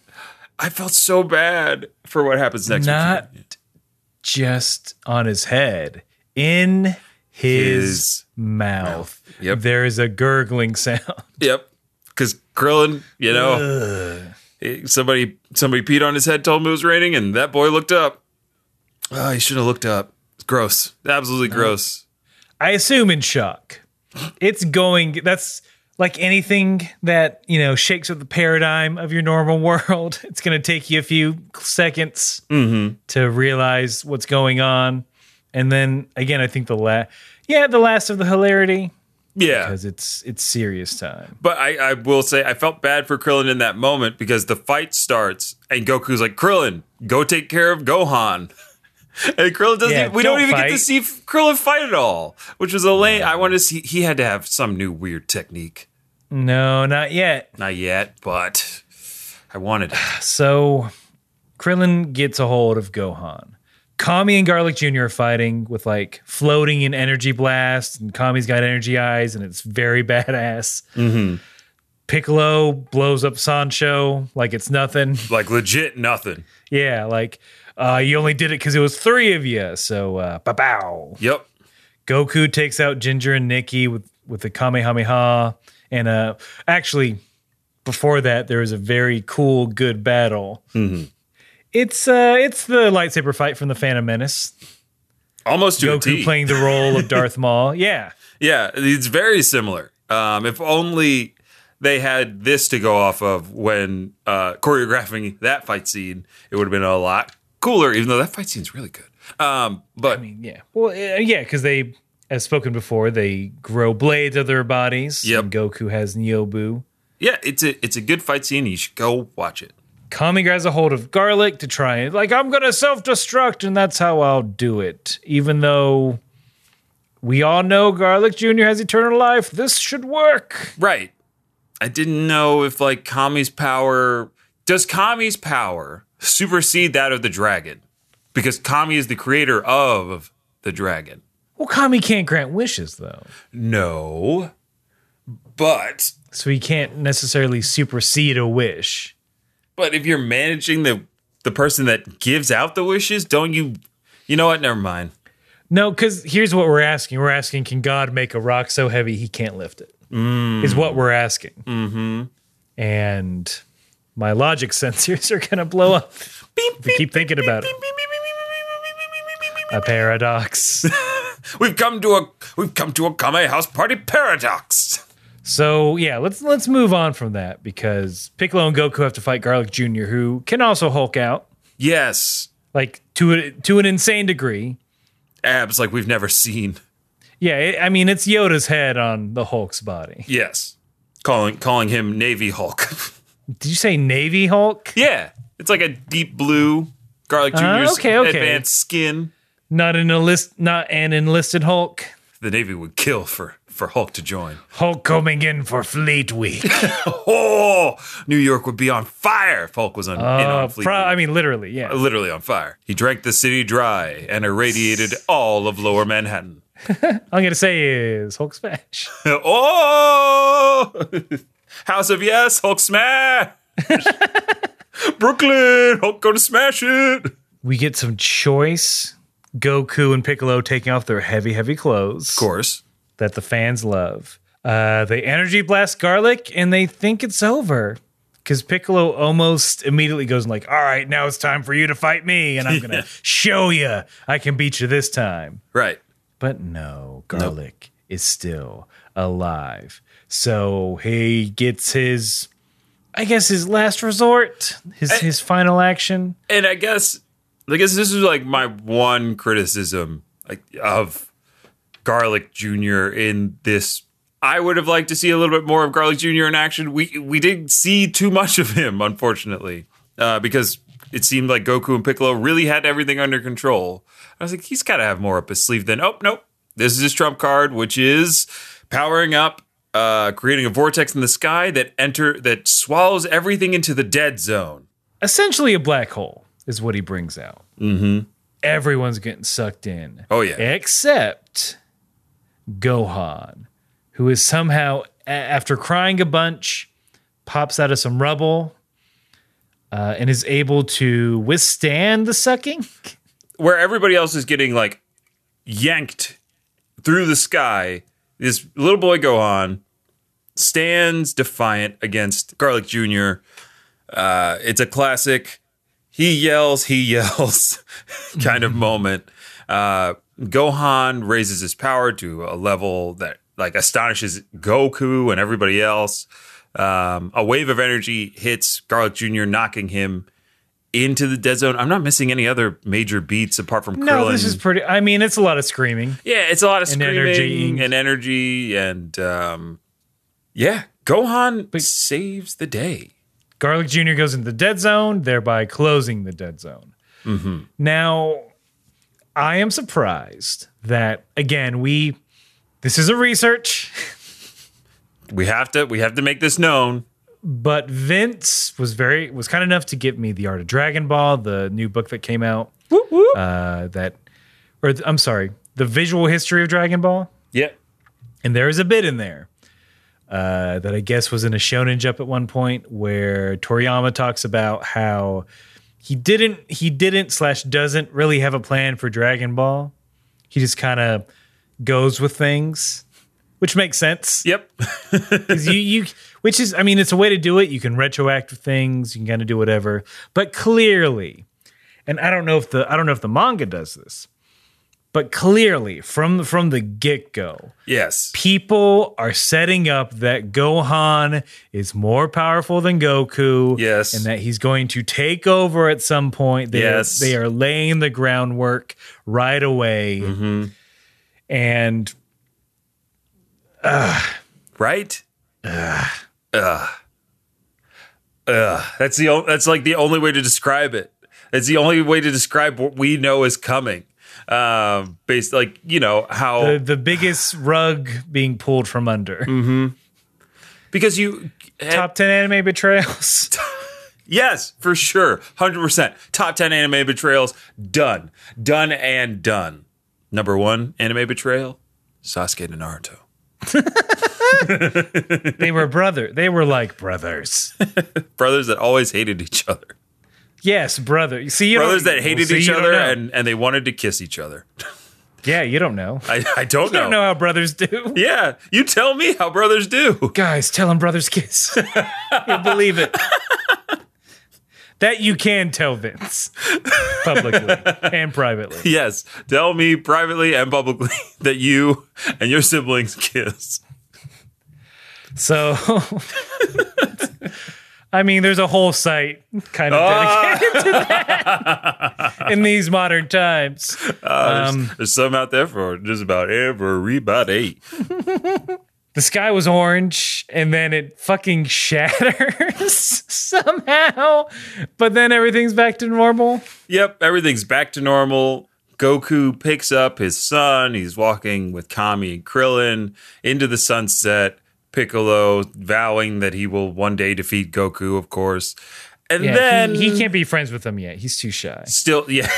Speaker 1: I felt so bad for what happens next. week.
Speaker 2: Not just on his head, in his,
Speaker 1: His
Speaker 2: mouth.
Speaker 1: Yep.
Speaker 2: There is a gurgling sound.
Speaker 1: Yep. Because Krillin, you know, eh, somebody somebody peed on his head, told him it was raining, and that boy looked up. Oh, he shouldn't have looked up. It's gross. Absolutely gross.
Speaker 2: I assume in shock. It's going. That's like anything that you know shakes with the paradigm of your normal world. It's going to take you a few seconds
Speaker 1: Mm-hmm.
Speaker 2: to realize what's going on, and then again, I think the last, yeah, the last of the hilarity
Speaker 1: Yeah.
Speaker 2: because it's it's serious time.
Speaker 1: But I, I will say I felt bad for Krillin in that moment because the fight starts and Goku's like, Krillin, go take care of Gohan. And Krillin doesn't.
Speaker 2: Yeah,
Speaker 1: even, we don't,
Speaker 2: don't
Speaker 1: even get to
Speaker 2: fight.
Speaker 1: see F- Krillin fight at all, which was a lame. I wanted to see. He had to have some new weird technique.
Speaker 2: No, not yet.
Speaker 1: Not yet, but I wanted. it.
Speaker 2: So Krillin gets a hold of Gohan. Kami and Garlic Jr. are fighting with like floating and energy blast, and Kami's got energy eyes, and it's very badass. Piccolo blows up Sancho like it's nothing.
Speaker 1: Like legit nothing.
Speaker 2: Yeah, like uh, you only did it because it was three of you. So, uh, bow bow.
Speaker 1: Yep.
Speaker 2: Goku takes out Ginger and Nikki with with the Kamehameha, and uh, actually, before that, there was a very cool, good battle. It's uh, it's the lightsaber fight from the Phantom Menace.
Speaker 1: Almost to a
Speaker 2: Goku
Speaker 1: T.
Speaker 2: playing the role of Darth Maul. Yeah,
Speaker 1: Yeah, it's very similar. Um, if only they had this to go off of when uh, choreographing that fight scene, it would have been a lot cooler. Even though that fight scene's really good. Um, but
Speaker 2: yeah. Well, uh, yeah, because they, as spoken before, they grow blades of their bodies.
Speaker 1: Yep.
Speaker 2: And Goku has Niobu.
Speaker 1: yeah, it's a it's a good fight scene. You should go watch it.
Speaker 2: Kami grabs a hold of garlic to try and like I'm gonna self destruct and that's how I'll do it. Even though we all know Garlic Jr. has eternal life, this should work.
Speaker 1: Right. I didn't know if like Kami's power does Kami's power supersede that of the dragon because Kami is the creator of the dragon.
Speaker 2: Well, Kami can't grant wishes though,
Speaker 1: No, but
Speaker 2: so he can't necessarily supersede a wish.
Speaker 1: But if you're managing the the person that gives out the wishes, don't you? You know what? Never mind.
Speaker 2: No, because here's what we're asking: we're asking, can God make a rock so heavy he can't lift it? Is what we're asking. Mm-hmm. And my logic sensors are gonna blow up. if we keep thinking about it. a paradox.
Speaker 1: We've come to a we've come to a Kame House Party paradox.
Speaker 2: so yeah, let's let's move on from that because Piccolo and Goku have to fight Garlic Jr., who can also Hulk out
Speaker 1: Yes,
Speaker 2: like to a, to an insane degree.
Speaker 1: abs like we've never seen.
Speaker 2: Yeah, it, I mean it's Yoda's head on the Hulk's body.
Speaker 1: Yes, calling calling him Navy Hulk.
Speaker 2: Did you say Navy Hulk?
Speaker 1: yeah, it's like a deep blue garlic
Speaker 2: Ah,
Speaker 1: junior's
Speaker 2: okay, okay.
Speaker 1: advanced skin.
Speaker 2: Not an enlist, not an enlisted Hulk.
Speaker 1: The Navy would kill for for Hulk to join.
Speaker 2: Hulk coming in for Fleet Week.
Speaker 1: Oh, New York would be on fire if Hulk was on. in
Speaker 2: Uh,
Speaker 1: on Fleet
Speaker 2: pro-
Speaker 1: Week.
Speaker 2: I mean, literally, yeah.
Speaker 1: literally on fire. He drank the city dry and irradiated all of lower Manhattan.
Speaker 2: I'm gonna say is Hulk smash.
Speaker 1: oh! House of Yes, Hulk smash! Brooklyn, Hulk gonna smash it!
Speaker 2: We get some choice. Goku and Piccolo taking off their heavy, heavy clothes.
Speaker 1: Of course.
Speaker 2: that the fans love. Uh, they energy blast garlic and they think it's over because Piccolo almost immediately goes and like, "All right, now it's time for you to fight me, and I'm gonna show you I can beat you this time."
Speaker 1: Right.
Speaker 2: But no, garlic is still alive, so he gets his, I guess, his last resort, his his final action.
Speaker 1: and I guess I guess this is like my one criticism like of Garlic Jr. in this. I would have liked to see a little bit more of Garlic Jr. in action. We we didn't see too much of him, unfortunately, uh, because it seemed like Goku and Piccolo really had everything under control. I was like, he's got to have more up his sleeve than. Oh nope, this is his trump card, which is powering up. Uh, creating a vortex in the sky that enter that swallows everything into the dead zone.
Speaker 2: essentially a black hole is what he brings out. Mm-hmm. Everyone's getting sucked in.
Speaker 1: Oh, yeah.
Speaker 2: except Gohan, who is somehow a- after crying a bunch, pops out of some rubble, uh, and is able to withstand the sucking.
Speaker 1: where everybody else is getting like yanked through the sky, this little boy Gohan stands defiant against Garlic Jr. Uh, it's a classic. He yells, he yells kind
Speaker 2: Mm-hmm.
Speaker 1: of moment. Uh, Gohan raises his power to a level that like astonishes Goku and everybody else. Um, a wave of energy hits Garlic Jr., knocking him into the dead zone. I'm not missing any other major beats apart from Krillin.
Speaker 2: No, this is pretty. I mean, it's a lot of screaming.
Speaker 1: Yeah, it's a lot of
Speaker 2: And
Speaker 1: screaming
Speaker 2: energy.
Speaker 1: and energy and um, yeah, Gohan saves the day.
Speaker 2: Garlic Jr. goes into the dead zone, thereby closing the dead zone. Now, I am surprised that again we. This is a research,
Speaker 1: We have to we have to make this known.
Speaker 2: but Vince was very was kind enough to give me the Art of Dragon Ball, the new book that came out. Uh, that, or th- I'm sorry, the Visual History of Dragon Ball,
Speaker 1: Yeah.
Speaker 2: and there is a bit in there. Uh, that I guess was in a Shonen Jump at one point where Toriyama talks about how he didn't he didn't slash doesn't really have a plan for Dragon Ball. He just kind of goes with things, which makes sense.
Speaker 1: Yep.
Speaker 2: 'Cause you you which is I mean it's a way to do it. You can retroact things, you can kind of do whatever. But clearly, and I don't know if the I don't know if the manga does this, but clearly from from the get go,
Speaker 1: yes.
Speaker 2: people are setting up that Gohan is more powerful than Goku.
Speaker 1: Yes.
Speaker 2: And that he's going to take over at some point. They
Speaker 1: Yes.
Speaker 2: Are, they are laying the groundwork right away.
Speaker 1: Mm-hmm.
Speaker 2: And
Speaker 1: Right? Ugh. Ugh. Ugh. That's the o- that's like the only way to describe it. It's the only way to describe what we know is coming. Um, based like, you know, how
Speaker 2: the, the biggest rug being pulled from under.
Speaker 1: because you
Speaker 2: Top 10 anime betrayals.
Speaker 1: Yes, for sure. 100%. Top 10 anime betrayals. Done. Done and done. Number one anime betrayal Sasuke to Naruto.
Speaker 2: they were brother. They were like brothers.
Speaker 1: Brothers that always hated each other.
Speaker 2: Yes, brother. You see, you
Speaker 1: Brothers
Speaker 2: don't-
Speaker 1: that hated
Speaker 2: see,
Speaker 1: each
Speaker 2: you don't
Speaker 1: other
Speaker 2: know.
Speaker 1: and, and they wanted to kiss each other.
Speaker 2: yeah, you don't know.
Speaker 1: I, I don't,
Speaker 2: You
Speaker 1: know.
Speaker 2: don't know how brothers do.
Speaker 1: Yeah, you tell me how brothers do.
Speaker 2: guys, tell him brothers kiss. You'll believe it. that you can tell Vince publicly and privately.
Speaker 1: Yes, tell me privately and publicly that you and your siblings kiss.
Speaker 2: So, I mean, there's a whole site kind of
Speaker 1: Ah.
Speaker 2: dedicated to that in these modern times.
Speaker 1: There's some out there for just about everybody.
Speaker 2: The sky was orange and then it fucking shatters somehow, but then everything's back to normal.
Speaker 1: Yep, everything's back to normal. Goku picks up his son. He's walking with Kami and Krillin into the sunset. Piccolo vowing that he will one day defeat Goku, of course. And
Speaker 2: Yeah,
Speaker 1: then
Speaker 2: he, he can't be friends with them yet. He's too shy.
Speaker 1: still, yeah.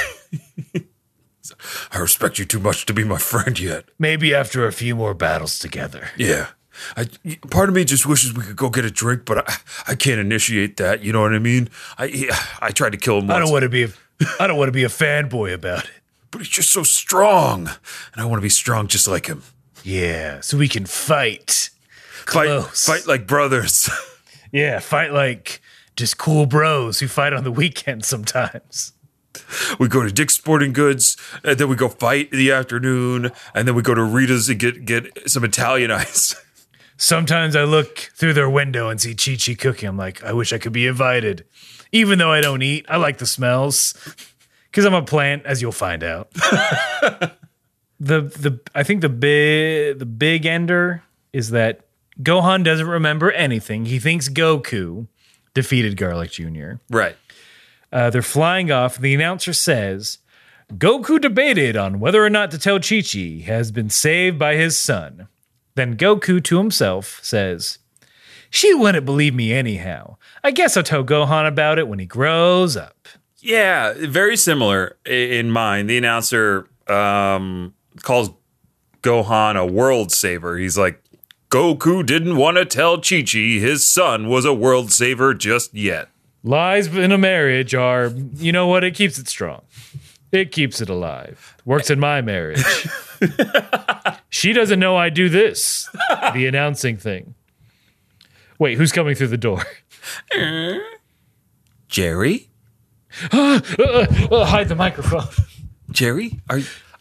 Speaker 1: I respect you too much to be my friend yet.
Speaker 2: Maybe after a few more battles together.
Speaker 1: Yeah. I, part of me just wishes we could go get a drink, but I, I can't initiate that. You know what I mean? I I tried to kill him once.
Speaker 2: want to be. A, I don't want to be a fanboy about it.
Speaker 1: but he's just so strong, and I want to be strong just like him.
Speaker 2: Yeah, so we can fight.
Speaker 1: Fight,
Speaker 2: Close.
Speaker 1: fight like brothers.
Speaker 2: Yeah, fight like just cool bros who fight on the weekend sometimes.
Speaker 1: we go to Dick's Sporting Goods, and then we go fight in the afternoon, and then we go to Rita's and get get some Italian ice.
Speaker 2: Sometimes I look through their window and see Chi Chi cooking. I'm like, I wish I could be invited. Even though I don't eat, I like the smells. Cause I'm a plant, as you'll find out. the the I think the big the big ender is that Gohan doesn't remember anything. He thinks Goku defeated Garlic Jr.
Speaker 1: right.
Speaker 2: Uh, they're flying off. The announcer says, Goku debated on whether or not to tell Chi Chi has been saved by his son. Then Goku to himself says, She wouldn't believe me anyhow. I guess I'll tell Gohan about it when he grows up.
Speaker 1: Yeah, very similar i- in mind. The announcer um, calls Gohan a world saver. He's like, Goku didn't want to tell Chi Chi his son was a world saver just yet.
Speaker 2: Lies in a marriage are, you know what, it keeps it strong. It keeps it alive. Works in my marriage. she doesn't know I do this, the announcing thing. Wait, who's coming through the door?
Speaker 1: Jerry,
Speaker 2: Uh, hide the microphone.
Speaker 1: Jerry, are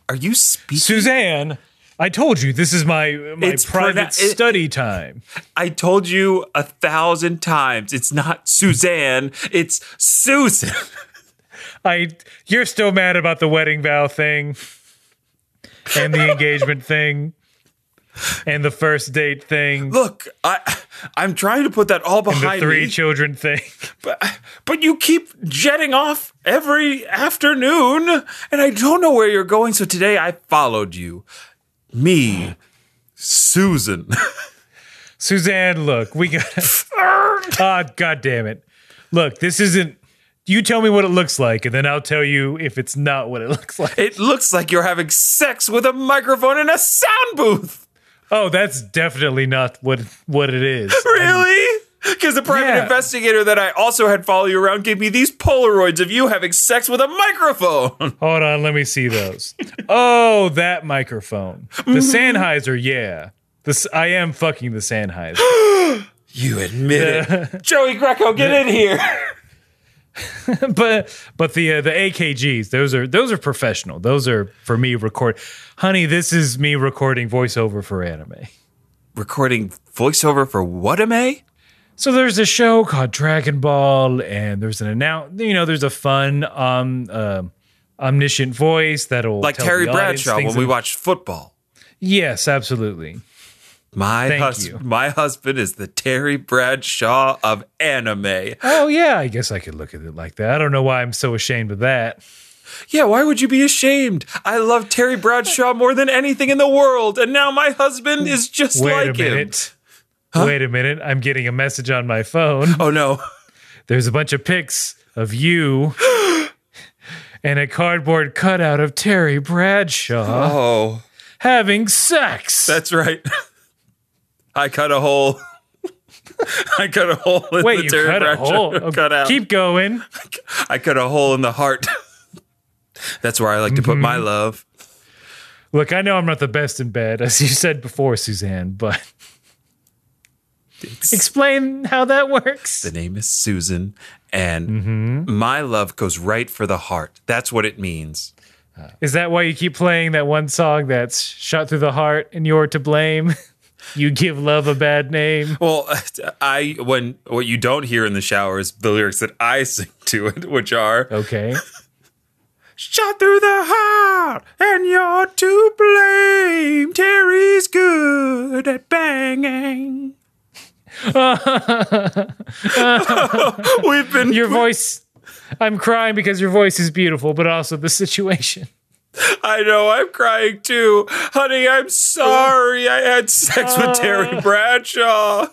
Speaker 1: are you speaking?
Speaker 2: Suzanne, I told you this is my my
Speaker 1: It's
Speaker 2: private
Speaker 1: private- it-
Speaker 2: study time.
Speaker 1: I told you a thousand times. It's not Suzanne. It's Susan.
Speaker 2: I you're still mad about the wedding vow thing and the engagement thing and the first date thing,
Speaker 1: Look, I I'm trying to put that all
Speaker 2: the
Speaker 1: behind
Speaker 2: three
Speaker 1: me,
Speaker 2: children thing.
Speaker 1: but but you keep jetting off every afternoon, and I don't know where you're going. So today I followed you, me, Susan.
Speaker 2: Suzanne, look, we got Ah, god damn it. Look, this isn't you tell me what it looks like, and then I'll tell you if it's not what it looks like.
Speaker 1: it looks like you're having sex with a microphone in a sound booth.
Speaker 2: Oh, that's definitely not what what it is.
Speaker 1: Really? Because the private
Speaker 2: Yeah.
Speaker 1: investigator that I also had follow you around gave me these Polaroids of you having sex with a microphone.
Speaker 2: Hold on, let me see those. oh, that microphone. The
Speaker 1: Mm-hmm.
Speaker 2: Sennheiser, yeah. This I am fucking the Sennheiser.
Speaker 1: You admit it, Joey Greco. Get in here.
Speaker 2: but but the uh, the AKGs, those are those are professional. Those are for me record. Honey, this is me recording voiceover for anime.
Speaker 1: recording voiceover for what am I?
Speaker 2: So there's a show called Dragon Ball, and there's an announce. You know, there's a fun um uh, omniscient voice that'll
Speaker 1: Like
Speaker 2: tell
Speaker 1: Terry
Speaker 2: the audience
Speaker 1: Bradshaw
Speaker 2: things
Speaker 1: when we
Speaker 2: that-
Speaker 1: watched football.
Speaker 2: yes, absolutely.
Speaker 1: My
Speaker 2: Thank
Speaker 1: hus-
Speaker 2: you.
Speaker 1: my husband is the Terry Bradshaw of anime.
Speaker 2: Oh yeah, I guess I could look at it like that. I don't know why I'm so ashamed of that.
Speaker 1: Yeah, why would you be ashamed? I love Terry Bradshaw more than anything in the world, and now my husband is just
Speaker 2: Wait
Speaker 1: like
Speaker 2: a
Speaker 1: him.
Speaker 2: minute. Wait a minute. I'm getting a message on my phone.
Speaker 1: Oh no.
Speaker 2: There's a bunch of pics of you and a cardboard cutout of Terry Bradshaw
Speaker 1: Oh,
Speaker 2: having sex.
Speaker 1: that's right. I cut a hole. I cut a hole in
Speaker 2: Wait,
Speaker 1: the
Speaker 2: you
Speaker 1: Terry
Speaker 2: cut a
Speaker 1: Bradshaw
Speaker 2: hole.
Speaker 1: cutout.
Speaker 2: Keep going.
Speaker 1: I cut a hole in the heart. that's where I like to put my
Speaker 2: Mm-hmm.
Speaker 1: love.
Speaker 2: Look, I know I'm not the best in bed, as you said before, Suzanne, but explain how that works.
Speaker 1: The name is Susan, and
Speaker 2: Mm-hmm.
Speaker 1: my love goes right for the heart. That's what it means.
Speaker 2: Is that why you keep playing that one song that's shot through the heart and you're to blame? You give love a bad name.
Speaker 1: Well, I when what you don't hear in the shower is the lyrics that I sing to it, which are
Speaker 2: Okay.
Speaker 1: "Shot through the heart, and you're to blame." Terry's good at banging. We've been
Speaker 2: Your voice. I'm crying because your voice is beautiful, but also the situation.
Speaker 1: I know, I'm crying too. Honey, I'm sorry. I had sex with Terry Bradshaw.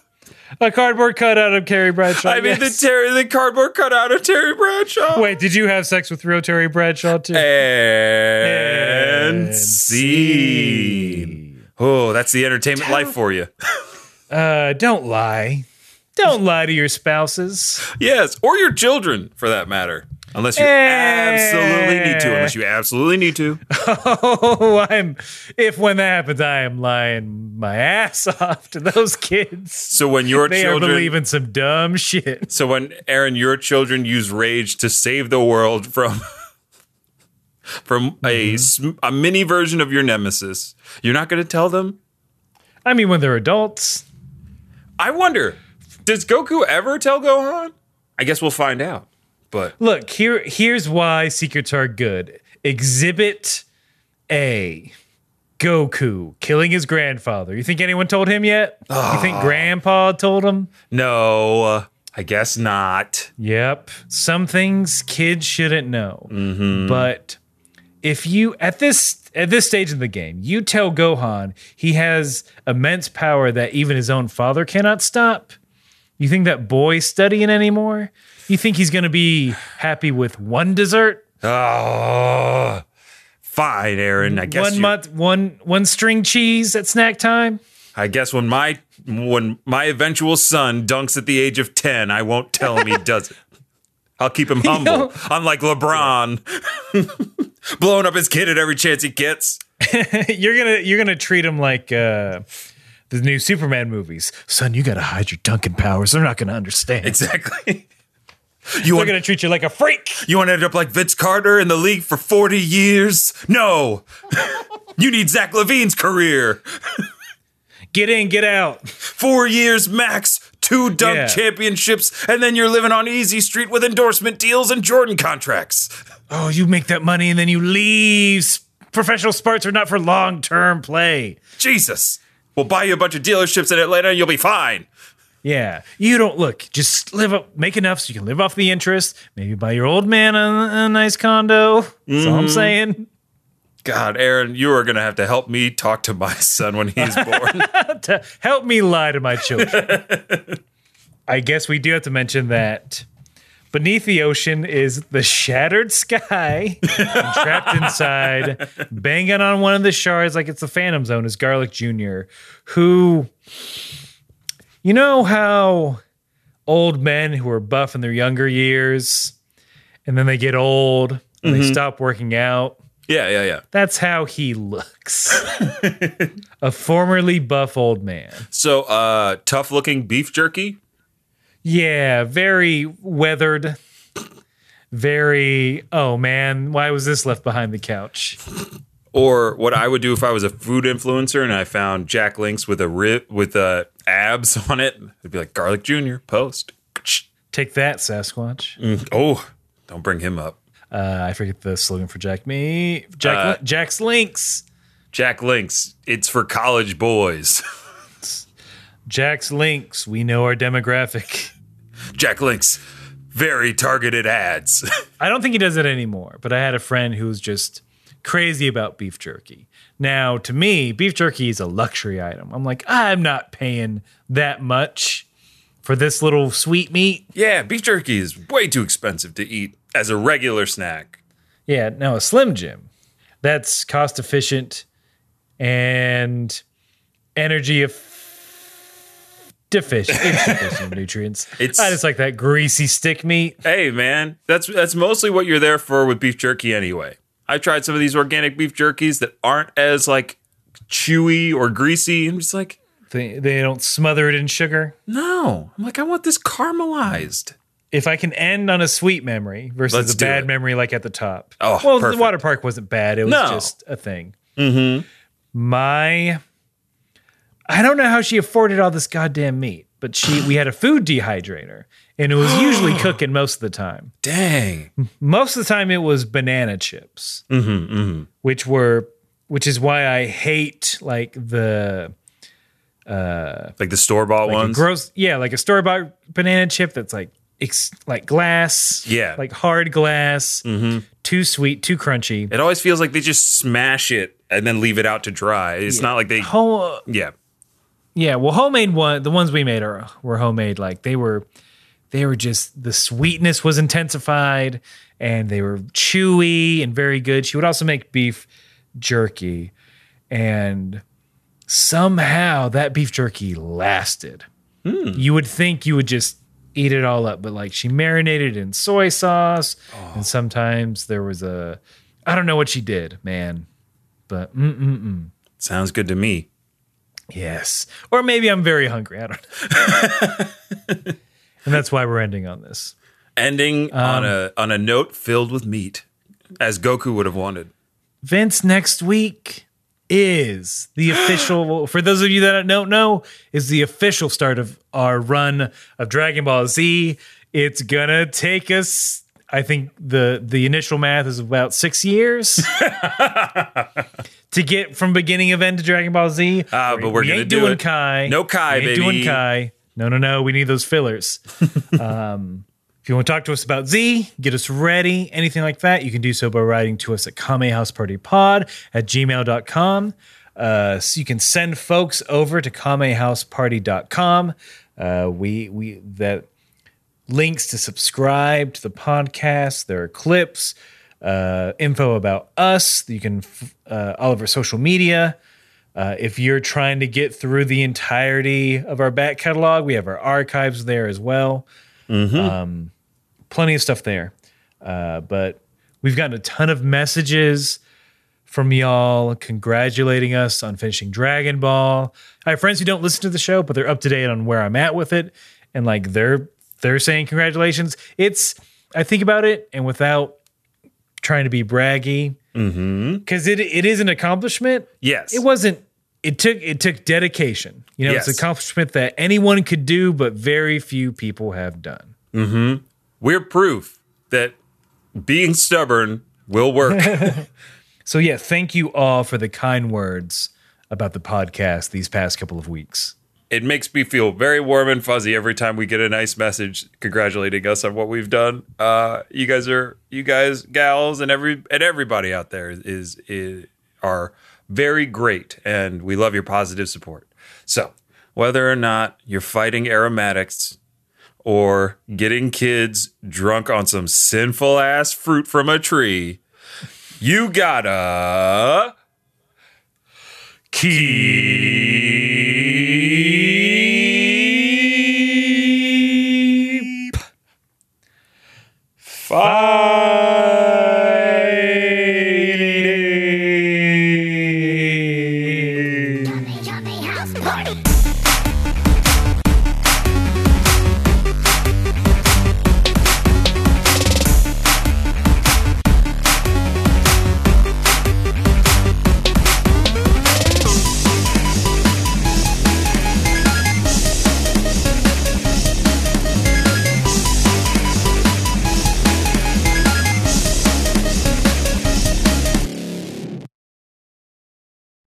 Speaker 2: A cardboard cutout of Carrie Bradshaw.
Speaker 1: I mean, the
Speaker 2: Uh, yes.
Speaker 1: Terry, the cardboard cutout of Terry Bradshaw.
Speaker 2: Wait, did you have sex with real Terry Bradshaw too?
Speaker 1: And
Speaker 2: And
Speaker 1: scene. Oh, that's the entertainment life for you.
Speaker 2: Uh, don't lie. Don't lie to your spouses.
Speaker 1: Yes, or your children, for that matter. Unless you absolutely need to. Unless you absolutely need to.
Speaker 2: Oh, I'm. If when that happens, I am lying my ass off to those kids.
Speaker 1: So when your
Speaker 2: They are
Speaker 1: children
Speaker 2: believing some dumb shit.
Speaker 1: So when Aaron, your children use rage to save the world from from a sm a mini version of your nemesis, you're not going to tell them.
Speaker 2: I mean, when they're adults,
Speaker 1: I wonder, does Goku ever tell Gohan? I guess we'll find out. But
Speaker 2: look here. Here's why secrets are good. Exhibit A. Goku killing his grandfather. You think anyone told him yet? You think grandpa told him?
Speaker 1: no, uh, I guess not.
Speaker 2: Yep. Some things kids shouldn't know. Mm-hmm. But if you at this at this stage in the game, you tell Gohan he has immense power that even his own father cannot stop. You think that boy's studying anymore? You think he's going to be happy with one dessert,
Speaker 1: Oh, fine, Aaron. I guess
Speaker 2: one
Speaker 1: you-
Speaker 2: month, one one string cheese at snack time?
Speaker 1: I guess when my when my eventual son dunks at the age of ten, I won't tell him he does it. I'll keep him humble.
Speaker 2: know-
Speaker 1: Unlike LeBron, blowing up his kid at every chance he gets.
Speaker 2: you're gonna you're gonna treat him like uh, the new Superman movies, son. You got to hide your Duncan powers. They're not going to understand.
Speaker 1: Exactly. You
Speaker 2: They're
Speaker 1: want
Speaker 2: going to treat you like a freak.
Speaker 1: you want to end up like Vince Carter in the league for forty years? No. you need Zach Levine's career.
Speaker 2: Get in, get out.
Speaker 1: Four years max. Two dunk
Speaker 2: Yeah.
Speaker 1: championships, and then you're living on Easy Street with endorsement deals and Jordan contracts.
Speaker 2: Oh, you make that money and then you leave. Professional sports are not for long term play.
Speaker 1: Jesus. We'll buy you a bunch of dealerships in Atlanta and you'll be fine.
Speaker 2: Yeah. You don't look, just live up, make enough so you can live off the interest. Maybe buy your old man a, a nice condo. That's all I'm saying.
Speaker 1: God, Aaron, you are going to have to help me talk to my son when he's born.
Speaker 2: to help me lie to my children. I guess we do have to mention that beneath the ocean is the shattered sky. and trapped inside, banging on one of the shards like it's the Phantom Zone is Garlic Jr., who, you know, how old men who are buff in their younger years and then they get old and they stop working out.
Speaker 1: yeah, yeah, yeah.
Speaker 2: That's how he looks. a formerly buff old man.
Speaker 1: So, uh, tough looking beef jerky.
Speaker 2: Yeah, very weathered. Very, oh man, why was this left behind the couch?
Speaker 1: Or what I would do if I was a food influencer and I found Jack Links with a rib with uh, abs on it, it'd be like Garlic Jr. Post.
Speaker 2: Take that, Sasquatch.
Speaker 1: Oh, don't bring him up.
Speaker 2: Uh, I forget the slogan for Jack Me. Jack, Jack's Links.
Speaker 1: Jack Links, it's for college boys.
Speaker 2: Jack's Links. We know our demographic.
Speaker 1: Jack Links, very targeted ads.
Speaker 2: I don't think he does it anymore, but I had a friend who was just crazy about beef jerky. Now, to me, beef jerky is a luxury item. I'm like, I'm not paying that much for this little sweet meat.
Speaker 1: Yeah, beef jerky is way too expensive to eat as a regular snack.
Speaker 2: Yeah, now a Slim Jim. That's cost efficient and energy eff- deficient, insufficient nutrients.
Speaker 1: It's-
Speaker 2: I just like that greasy stick meat.
Speaker 1: Hey, man, that's that's mostly what you're there for with beef jerky anyway. I tried some of these organic beef jerkies that aren't as like chewy or greasy. I'm just like,
Speaker 2: They, they don't smother it in sugar.
Speaker 1: no. I'm like, I want this caramelized.
Speaker 2: If I can end on a sweet memory versus
Speaker 1: Let's
Speaker 2: a
Speaker 1: do
Speaker 2: bad
Speaker 1: it.
Speaker 2: memory like at the top.
Speaker 1: Oh,
Speaker 2: well,
Speaker 1: perfect.
Speaker 2: the water park wasn't bad. It was
Speaker 1: No.
Speaker 2: just a thing. Mm-hmm. My, I don't know how she afforded all this goddamn meat, but she we had a food dehydrator, and it was usually cooking most of the time.
Speaker 1: Dang.
Speaker 2: most of the time it was banana chips
Speaker 1: Mm-hmm,
Speaker 2: which were which is why i hate like the
Speaker 1: Like the store bought ones.
Speaker 2: gross yeah like a store-bought banana chip that's like ex, like glass
Speaker 1: Yeah. Mm-hmm.
Speaker 2: like hard glass too sweet too crunchy
Speaker 1: it always feels like they just smash it and then leave it out to dry. It's not like they
Speaker 2: Home,
Speaker 1: Yeah.
Speaker 2: yeah well homemade one the ones we made are were homemade like they were they were just the sweetness was intensified and they were chewy and very good she would also make beef jerky and somehow that beef jerky lasted you would think you would just eat it all up. But like she marinated in soy sauce, and sometimes there was a I don't know what she did, man. But mm, mm, mm.
Speaker 1: Sounds good to me.
Speaker 2: yes, or maybe I'm very hungry. I don't know. and that's why we're ending on this.
Speaker 1: Ending on a on a note filled with meat, as Goku would have wanted.
Speaker 2: Vince next week is the official for those of you that don't know is the official start of our run of Dragon Ball Z. It's gonna take us I think the the initial math is about 6 years to get from beginning of end to Dragon Ball Z.
Speaker 1: Ah, but we're
Speaker 2: we
Speaker 1: gonna
Speaker 2: ain't
Speaker 1: do
Speaker 2: doing
Speaker 1: it.
Speaker 2: Kai.
Speaker 1: No Kai,
Speaker 2: we ain't
Speaker 1: baby.
Speaker 2: doing Kai. No, no, no. We need those fillers. um, if you want to talk to us about Z, get us ready, anything like that, you can do so by writing to us at kamehousepartypod at gmail.com. Uh, so you can send folks over to kamehouseparty.com. Uh, we, we, that links to subscribe to the podcast. There are clips, uh, info about us. You can f- uh, all of our social media. Uh, if you're trying to get through the entirety of our back catalog, we have our archives there as well. Um, plenty of stuff there. Uh, but we've gotten a ton of messages from y'all congratulating us on finishing Dragon Ball. I have friends who don't listen to the show, but they're up to date on where I'm at with it, and like they're they're saying congratulations. It's I think about it, and without trying to be braggy, because it it is an accomplishment.
Speaker 1: Yes.
Speaker 2: It wasn't. It took it took dedication. You know, it's
Speaker 1: Yes.
Speaker 2: an accomplishment that anyone could do, but very few people have done.
Speaker 1: We're proof that being stubborn will work.
Speaker 2: So yeah, thank you all for the kind words about the podcast these past couple of weeks.
Speaker 1: it makes me feel very warm and fuzzy every time we get a nice message congratulating us on what we've done. Uh, you guys are you guys gals and every and everybody out there is, is are very great and we love your positive support. So whether or not you're fighting aromatics or getting kids drunk on some sinful ass fruit from a tree, you gotta keep fighting.
Speaker 3: Chubby House Party!